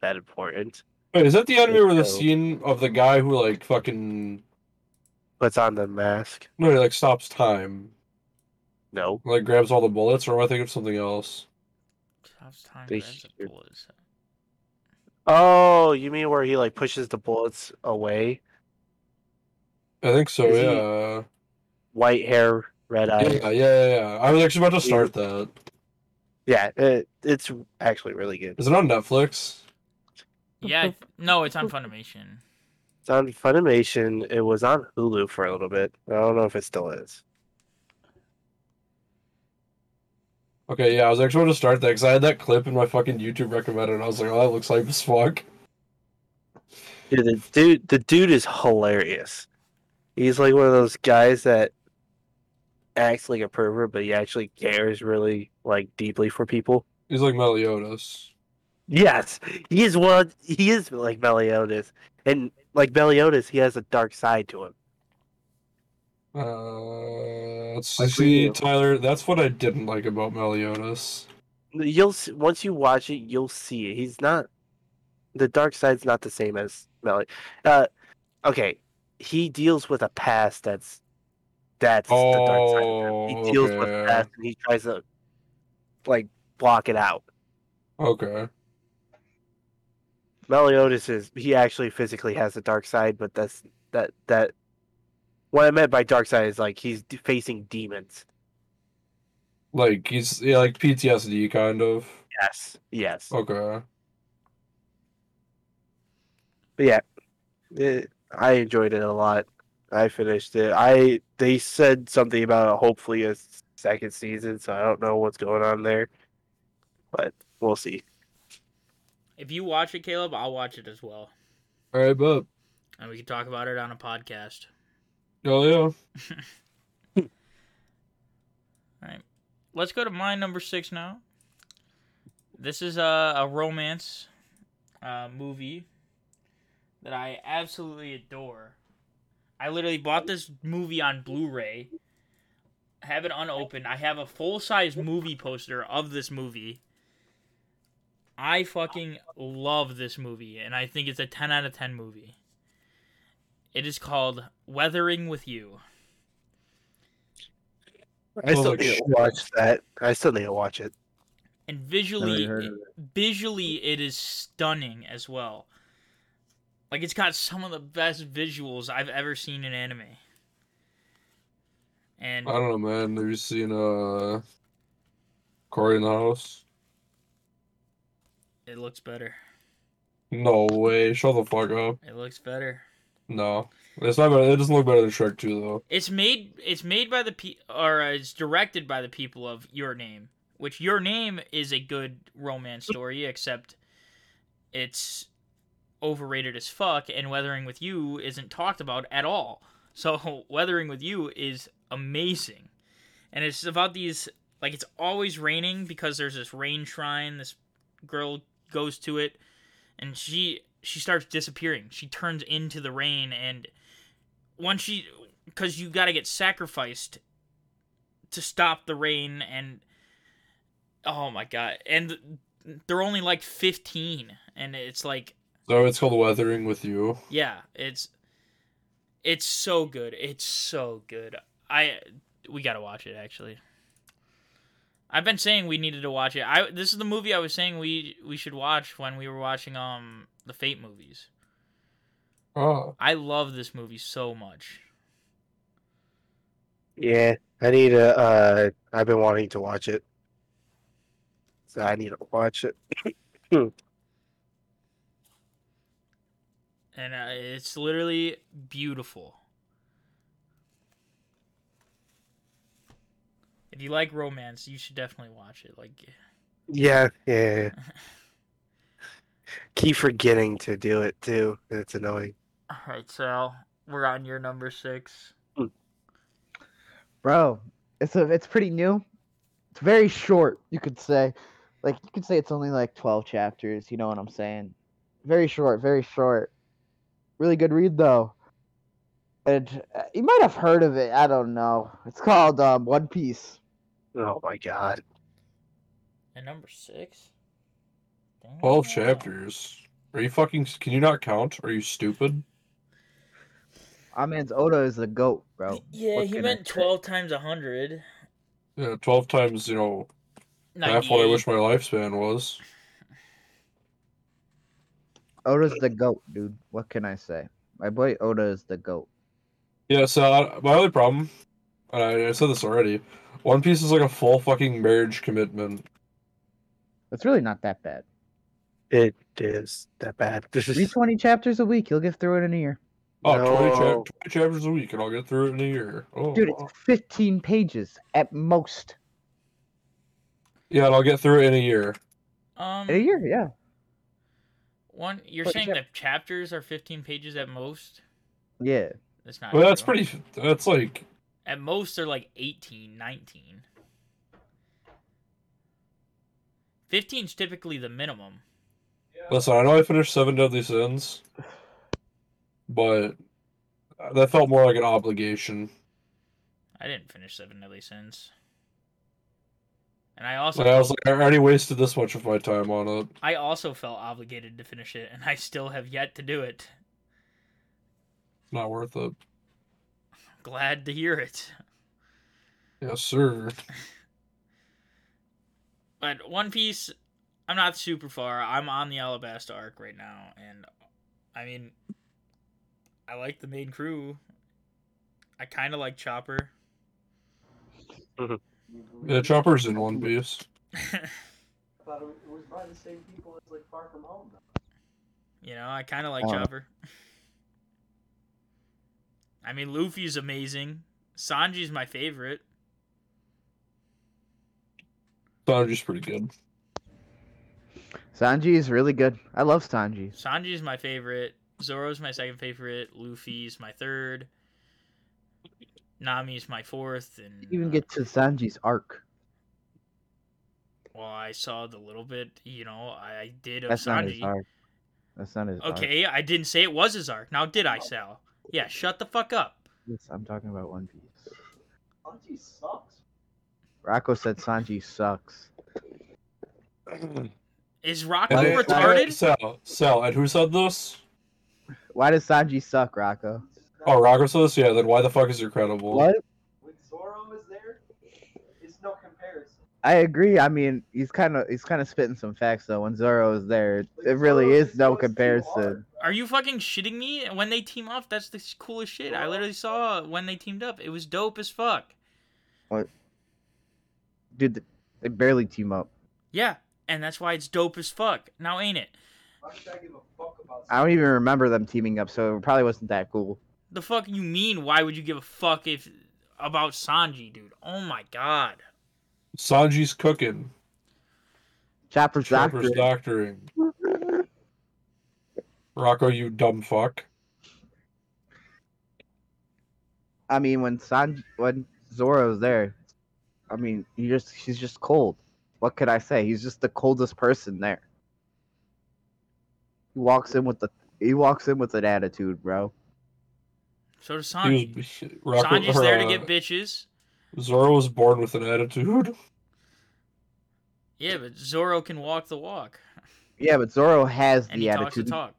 S4: that important.
S2: Wait, is that the anime where the
S4: So-
S2: scene of the guy who like fucking
S4: Puts on the mask.
S2: no, he like stops time,
S4: No,
S2: like grabs all the bullets, or am I thinking of something else?
S1: Stops time.
S4: They
S1: grabs the
S4: shoot.
S1: bullets.
S4: Oh, you mean where he like pushes the bullets away?
S2: I think so.
S4: Is he-
S2: Yeah.
S4: White hair, red eyes.
S2: yeah, yeah, yeah, yeah. I was actually about to
S4: He-
S2: start that.
S4: Yeah, it, it's actually really good.
S2: Is it on Netflix?
S1: Yeah, I- no, it's on Funimation.
S4: It's on Funimation. It was on Hulu for a little bit. I don't know if it still is.
S2: Okay, yeah, I was actually about to start that because I had that clip in my fucking YouTube recommended, and I was like, "Oh, that looks hype as fuck."
S4: Dude, the dude, the dude is hilarious. He's like one of those guys that acts like a pervert, but he actually cares really like deeply for people.
S2: He's like Meliodas.
S4: Yes, he is one. He is like Meliodas, and like Meliodas, he has a dark side to him.
S2: Uh, let's
S3: Like
S2: see,
S3: we-
S2: Tyler. That's what I didn't like about Meliodas.
S4: You'll s- once you watch it, you'll see it. He's not the dark side's not the same as Melly. Uh, okay, he deals with a past that's that's the dark side. of him. He
S2: Oh,
S4: deals with
S2: okay.
S4: past and he tries to like block it out.
S2: Okay.
S4: Meliodas is he actually physically has a dark side, but that's that that what I meant by dark side is like he's d- facing demons.
S2: Like he's yeah, like PTSD kind of.
S4: Yes, yes.
S2: Okay.
S4: But yeah, it, Eh, I enjoyed it a lot. I finished it. I they said something about hopefully a s- second season, so I don't know what's going on there, but we'll see.
S1: If you watch it, Caleb, I'll watch it as well,
S2: All right, but
S1: and we can talk about it on a podcast.
S2: oh yeah,
S1: Let's go to my number six now. This is a, a romance uh, movie that I absolutely adore. I literally bought this movie on Blu-ray, have it unopened. I have a full-size movie poster of this movie. I fucking love this movie, and I think it's a 10 out of 10 movie. It is called Weathering with You.
S4: I
S2: Well,
S4: still
S2: like,
S4: need to
S2: shit.
S4: watch that. I still need to watch it.
S1: And
S3: Never
S1: visually,
S3: heard of it.
S1: visually it is stunning as well. Like it's got some of the best visuals I've ever seen in anime. And
S2: I don't know, man. Have you seen uh, Corey in the house?
S1: it looks better.
S2: No way. Shut the fuck up.
S1: It looks better.
S2: No, it's not. Better. It doesn't look better than Shrek Two though.
S1: It's made it's made by the pe- or uh, it's directed by the people of Your Name, which Your Name is a good romance story except it's overrated as fuck and Weathering with You isn't talked about at all. So Weathering with You is amazing. And it's about these like it's always raining because there's this rain shrine this girl goes to it and she she starts disappearing. She turns into the rain and once she because you got to get sacrificed to stop the rain and oh my god and they're only like 15 and it's like
S2: So it's called Weathering with You.
S1: yeah it's it's so good it's so good i we gotta watch it actually i've been saying we needed to watch it i this is the movie i was saying we we should watch when we were watching um the fate movies
S2: Oh,
S1: i love this movie so much
S4: Yeah, I need to. Uh, I've been wanting to watch it, so I need to watch it.
S1: and uh, it's literally beautiful. If you like romance, you should definitely watch it. Like,
S4: Yeah, yeah. yeah. keep forgetting to do it too. and It's annoying.
S1: All right, Sal, we're on your number six.
S3: Bro, it's a, it's pretty new. It's very short, you could say. Like you could say it's only like 12 chapters, you know what I'm saying? Very short, very short. Really good read though. And uh, you might have heard of it, I don't know. It's called um, One Piece.
S4: Oh my god.
S1: And number six. Dang.
S2: Twelve chapters. Are you fucking? Can you not count? Are you stupid?
S3: Our man's Oda is the goat, bro.
S1: Yeah,
S3: What
S1: he
S3: can I
S1: meant
S3: say?
S1: twelve times a hundred.
S2: Yeah, twelve times. You know, half what I wish my lifespan was.
S3: Oda's the goat, dude. What can I say? My boy Oda is the goat.
S2: Yeah. So I, my other problem, and I, I said this already. One Piece is like a full fucking marriage commitment.
S3: It's really not that bad.
S4: It is that bad. This
S3: Read
S4: is
S3: 20 chapters a week. You'll get through it in a year.
S2: Oh, 20, chap-
S4: No.
S2: 20 chapters a week, and I'll get through it in a year. Oh,
S3: Dude, it's 15 pages at most.
S2: yeah, and I'll get through it in a year.
S1: Um,
S3: In a year, yeah.
S1: One, you're
S3: But
S1: saying
S3: yeah.
S1: the chapters are fifteen pages at most.
S3: Yeah.
S1: That's not.
S2: Well, that's
S1: true.
S2: pretty. That's like
S1: At most, they're like 18, 19. 15's typically the minimum.
S2: Listen, I know I finished Seven Deadly Sins, but that felt more like an obligation.
S1: I didn't finish Seven Deadly Sins. And I also
S2: Like, I was like, I already wasted this much of my time on it.
S1: I also felt obligated to finish it, and I still have yet to do it.
S2: It's Not worth it.
S1: Glad to hear it.
S2: Yes, sir.
S1: But One Piece, I'm not super far. I'm on the Alabasta arc right now, and I mean, I like the main crew. I kind of like Chopper.
S2: Yeah, Chopper's in One Piece.
S6: thought it was by the same people as like Far From Home. Though.
S1: You know, I kind of like
S3: Uh.
S1: Chopper. I mean, Luffy's amazing. Sanji's my favorite.
S2: Sanji's pretty good.
S3: Sanji is really good. I love Sanji.
S1: Sanji's my favorite. Zoro's my second favorite. Luffy's my third. Nami's my fourth. And
S3: Didn't even
S1: uh,
S3: get to Sanji's arc.
S1: uh, well, I saw the little bit. You know, I, I did of
S3: That's not his
S1: Sanji.
S3: arc. That's not his arc.
S1: okay, I didn't say it was his arc. Now did I, Sal? Yeah, shut the fuck up.
S3: Yes, I'm talking about One Piece.
S6: Sanji sucks.
S3: Rocco said Sanji sucks.
S1: Is Rocco
S2: And
S3: Why-
S2: then-
S1: retarded?
S2: Sal, Sal, and who said this?
S3: Why does Sanji suck, Rocco?
S2: Oh, Rocco said this? Yeah, then why the fuck is it credible?
S3: What?
S6: When Zoro is there, it's no comparison.
S3: I agree. I mean, he's kind of he's kind of spitting some facts though. When Zoro is there,
S6: Like,
S3: it really
S6: Zoro
S3: is no
S6: goes too
S3: comparison.
S6: hard.
S1: Are you fucking shitting me? When they team up, that's the coolest shit. I literally saw when they teamed up. It was dope as fuck.
S3: Dude, they barely team up.
S1: Yeah, and that's why it's dope as fuck. Now ain't it?
S6: Why should I give a fuck about
S3: I don't even remember them teaming up, so it probably wasn't that cool.
S1: The fuck you mean? Why would you give a fuck if about Sanji, dude? Oh my god.
S2: Sanji's cooking.
S3: Chopper's
S2: Chopper's
S3: doctor.
S2: doctoring. Rocco, you dumb fuck.
S3: I mean, when San when Zoro's there, I mean, he just he's just cold. What could I say? He's just the coldest person there. He walks in with the he walks in with an attitude, bro.
S1: So does
S2: He
S1: Sanji.
S2: was, Rocco,
S1: Sanji's there to
S2: uh,
S1: get bitches.
S2: Zoro was born with an attitude.
S1: Yeah, but Zoro can walk the walk,
S3: Yeah, but Zoro has
S1: and
S3: the
S1: he talks the
S3: attitude.
S1: talk.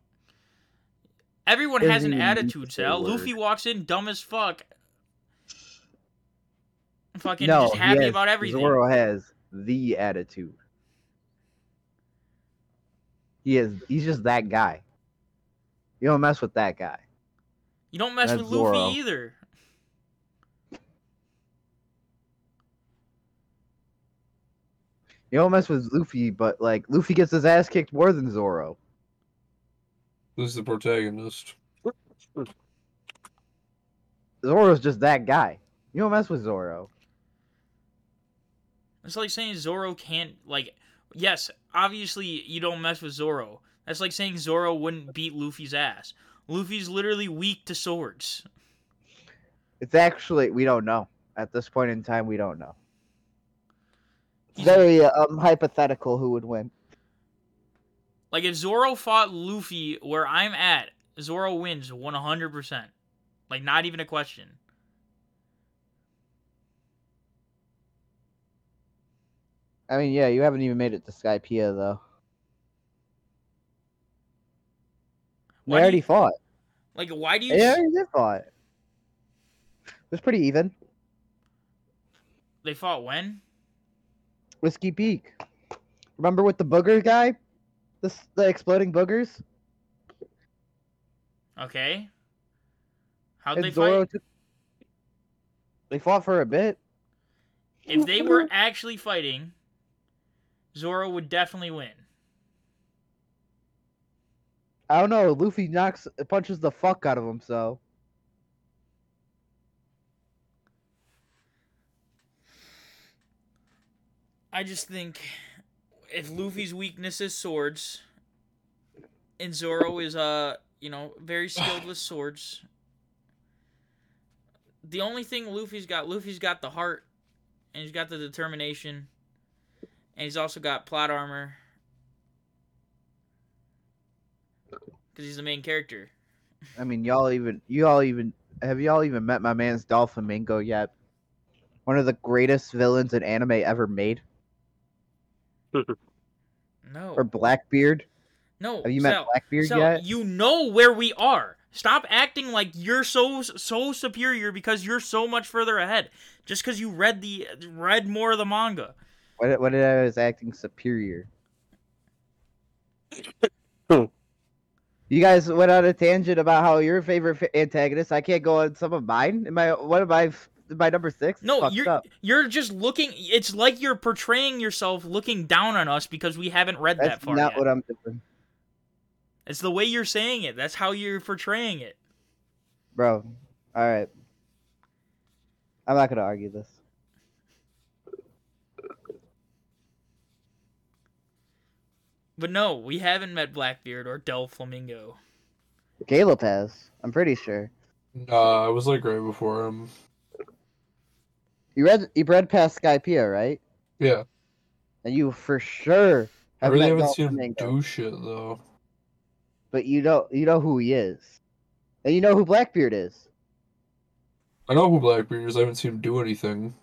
S1: Everyone
S3: Doesn't
S1: has an
S3: even need to
S1: attitude,
S3: say a
S1: Sal.
S3: word.
S1: Luffy walks in dumb as fuck. Fucking
S3: no,
S1: just
S3: he
S1: happy
S3: has-
S1: about everything.
S3: Zoro has the attitude. He is. He's just that guy. You don't mess with that guy.
S1: You don't mess
S3: That's
S1: with Luffy
S3: Zoro.
S1: either.
S3: You don't mess with Luffy, but like Luffy gets his ass kicked more than Zoro.
S2: This is the protagonist.
S3: Zoro's just that guy. You don't mess with Zoro.
S1: It's like saying Zoro can't like yes, obviously you don't mess with Zoro. That's like saying Zoro wouldn't beat Luffy's ass. Luffy's literally weak to swords.
S3: It's actually we don't know at this point in time. We don't know. It's
S1: He's-
S3: very uh, um, hypothetical who would win.
S1: Like if Zoro fought Luffy where I'm at, Zoro wins 100%. Like not even a question.
S3: I mean, yeah, you haven't even made it to Skypea though. We
S1: Why do
S3: already
S1: you-
S3: fought.
S1: Like why do you
S3: Yeah, already did fought. It was pretty even.
S1: they fought when?
S3: Whiskey Peak. Remember with the booger guy, the s- the exploding boogers.
S1: Okay. How'd
S3: And
S1: they
S3: Zoro
S1: fight?
S3: took- They fought for a bit.
S1: If they were actually fighting, Zoro would definitely win.
S3: I don't know. Luffy knocks, punches the fuck out of him. So
S1: I just think if Luffy's weakness is swords, and Zoro is uh you know very skilled with swords. The only thing Luffy's got, Luffy's got the heart, and he's got the determination, and he's also got plot armor because he's the main character.
S3: I mean, y'all even you all even have y'all even met my man's Dolphamingo yet? One of the greatest villains in anime ever made,
S1: No,
S3: or Blackbeard.
S1: no.
S3: Have you met
S1: Sal.
S3: Blackbeard
S1: So
S3: yet?
S1: you know where we are. Stop acting like you're so so superior because you're so much further ahead. Just because you read the read more of the manga.
S3: What did- what did I was acting superior?
S4: Hmm.
S3: You guys went on a tangent about how your favorite fa- antagonist. I can't go on some of mine. Am I one of my f- my number six?
S1: No,
S3: Fucked
S1: you're
S3: up.
S1: you're just looking. It's like you're portraying yourself looking down on us because we haven't read
S3: That's
S1: that far
S3: not
S1: yet.
S3: what I'm doing,
S1: It's the way you're saying it. That's how you're portraying it.
S3: bro. All right, I'm not gonna argue this.
S1: But no, we haven't met Blackbeard or Del Flamingo.
S3: Caleb has. I'm pretty sure.
S2: Nah, I was like right before him.
S3: You read you read past Skypea, right?
S2: Yeah,
S3: And you for sure
S2: I
S3: have
S2: really
S3: met
S2: haven't
S3: Dolph
S2: seen him
S3: Mingo,
S2: do shit though.
S3: but you know you know who he is, and you know who Blackbeard is.
S2: I know who Blackbeard is. I haven't seen him do anything.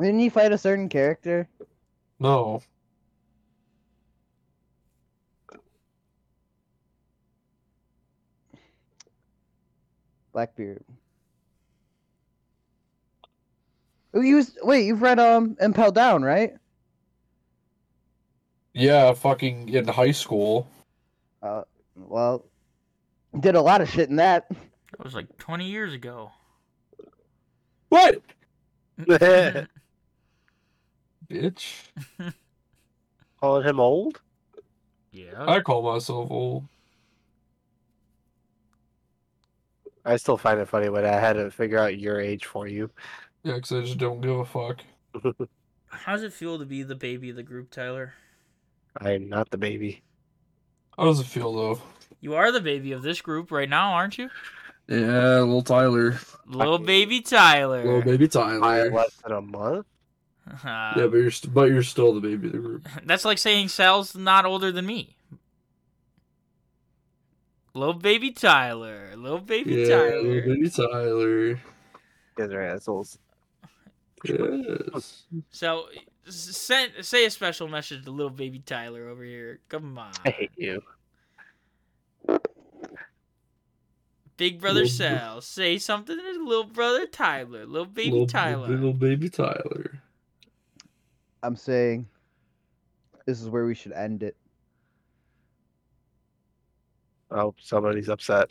S3: Didn't he fight a certain character?
S2: No,
S3: Blackbeard. Oh, you was, wait. You've read um Impel Down, right?
S2: yeah, fucking in high school.
S3: Well, did a lot of shit in that.
S1: That was like 20 years ago.
S2: What,
S1: I
S2: bitch?
S4: Calling him old?
S1: Yeah.
S2: I call myself old.
S4: I still find it funny when I had to figure out your age for you.
S2: Yeah, 'cause I just don't give a fuck.
S1: How's it feel to be the baby of the group, Tyler?
S4: I am not the baby.
S2: How does it feel though?
S1: You are the baby of this group right now, aren't you?
S2: Yeah, little Tyler,
S1: Little baby Tyler.
S2: little baby
S4: I
S2: Tyler.
S4: less than a month.
S1: Uh,
S2: Yeah, but you're st- but you're still the baby of the group.
S1: That's like saying Sal's not older than me. Little baby Tyler. Little baby
S2: yeah,
S1: Tyler.
S2: little baby Tyler.
S4: You guys are assholes.
S2: Yes.
S1: So s- send, say a special message to little baby Tyler over here. Come on.
S4: I hate you.
S1: Big brother
S2: Little
S1: Sal.
S2: ba-
S1: Say something to little brother Tyler. Little baby
S2: little,
S1: Tyler.
S2: Little baby Tyler.
S3: I'm saying, this is where we should end it.
S4: Oh, somebody's upset.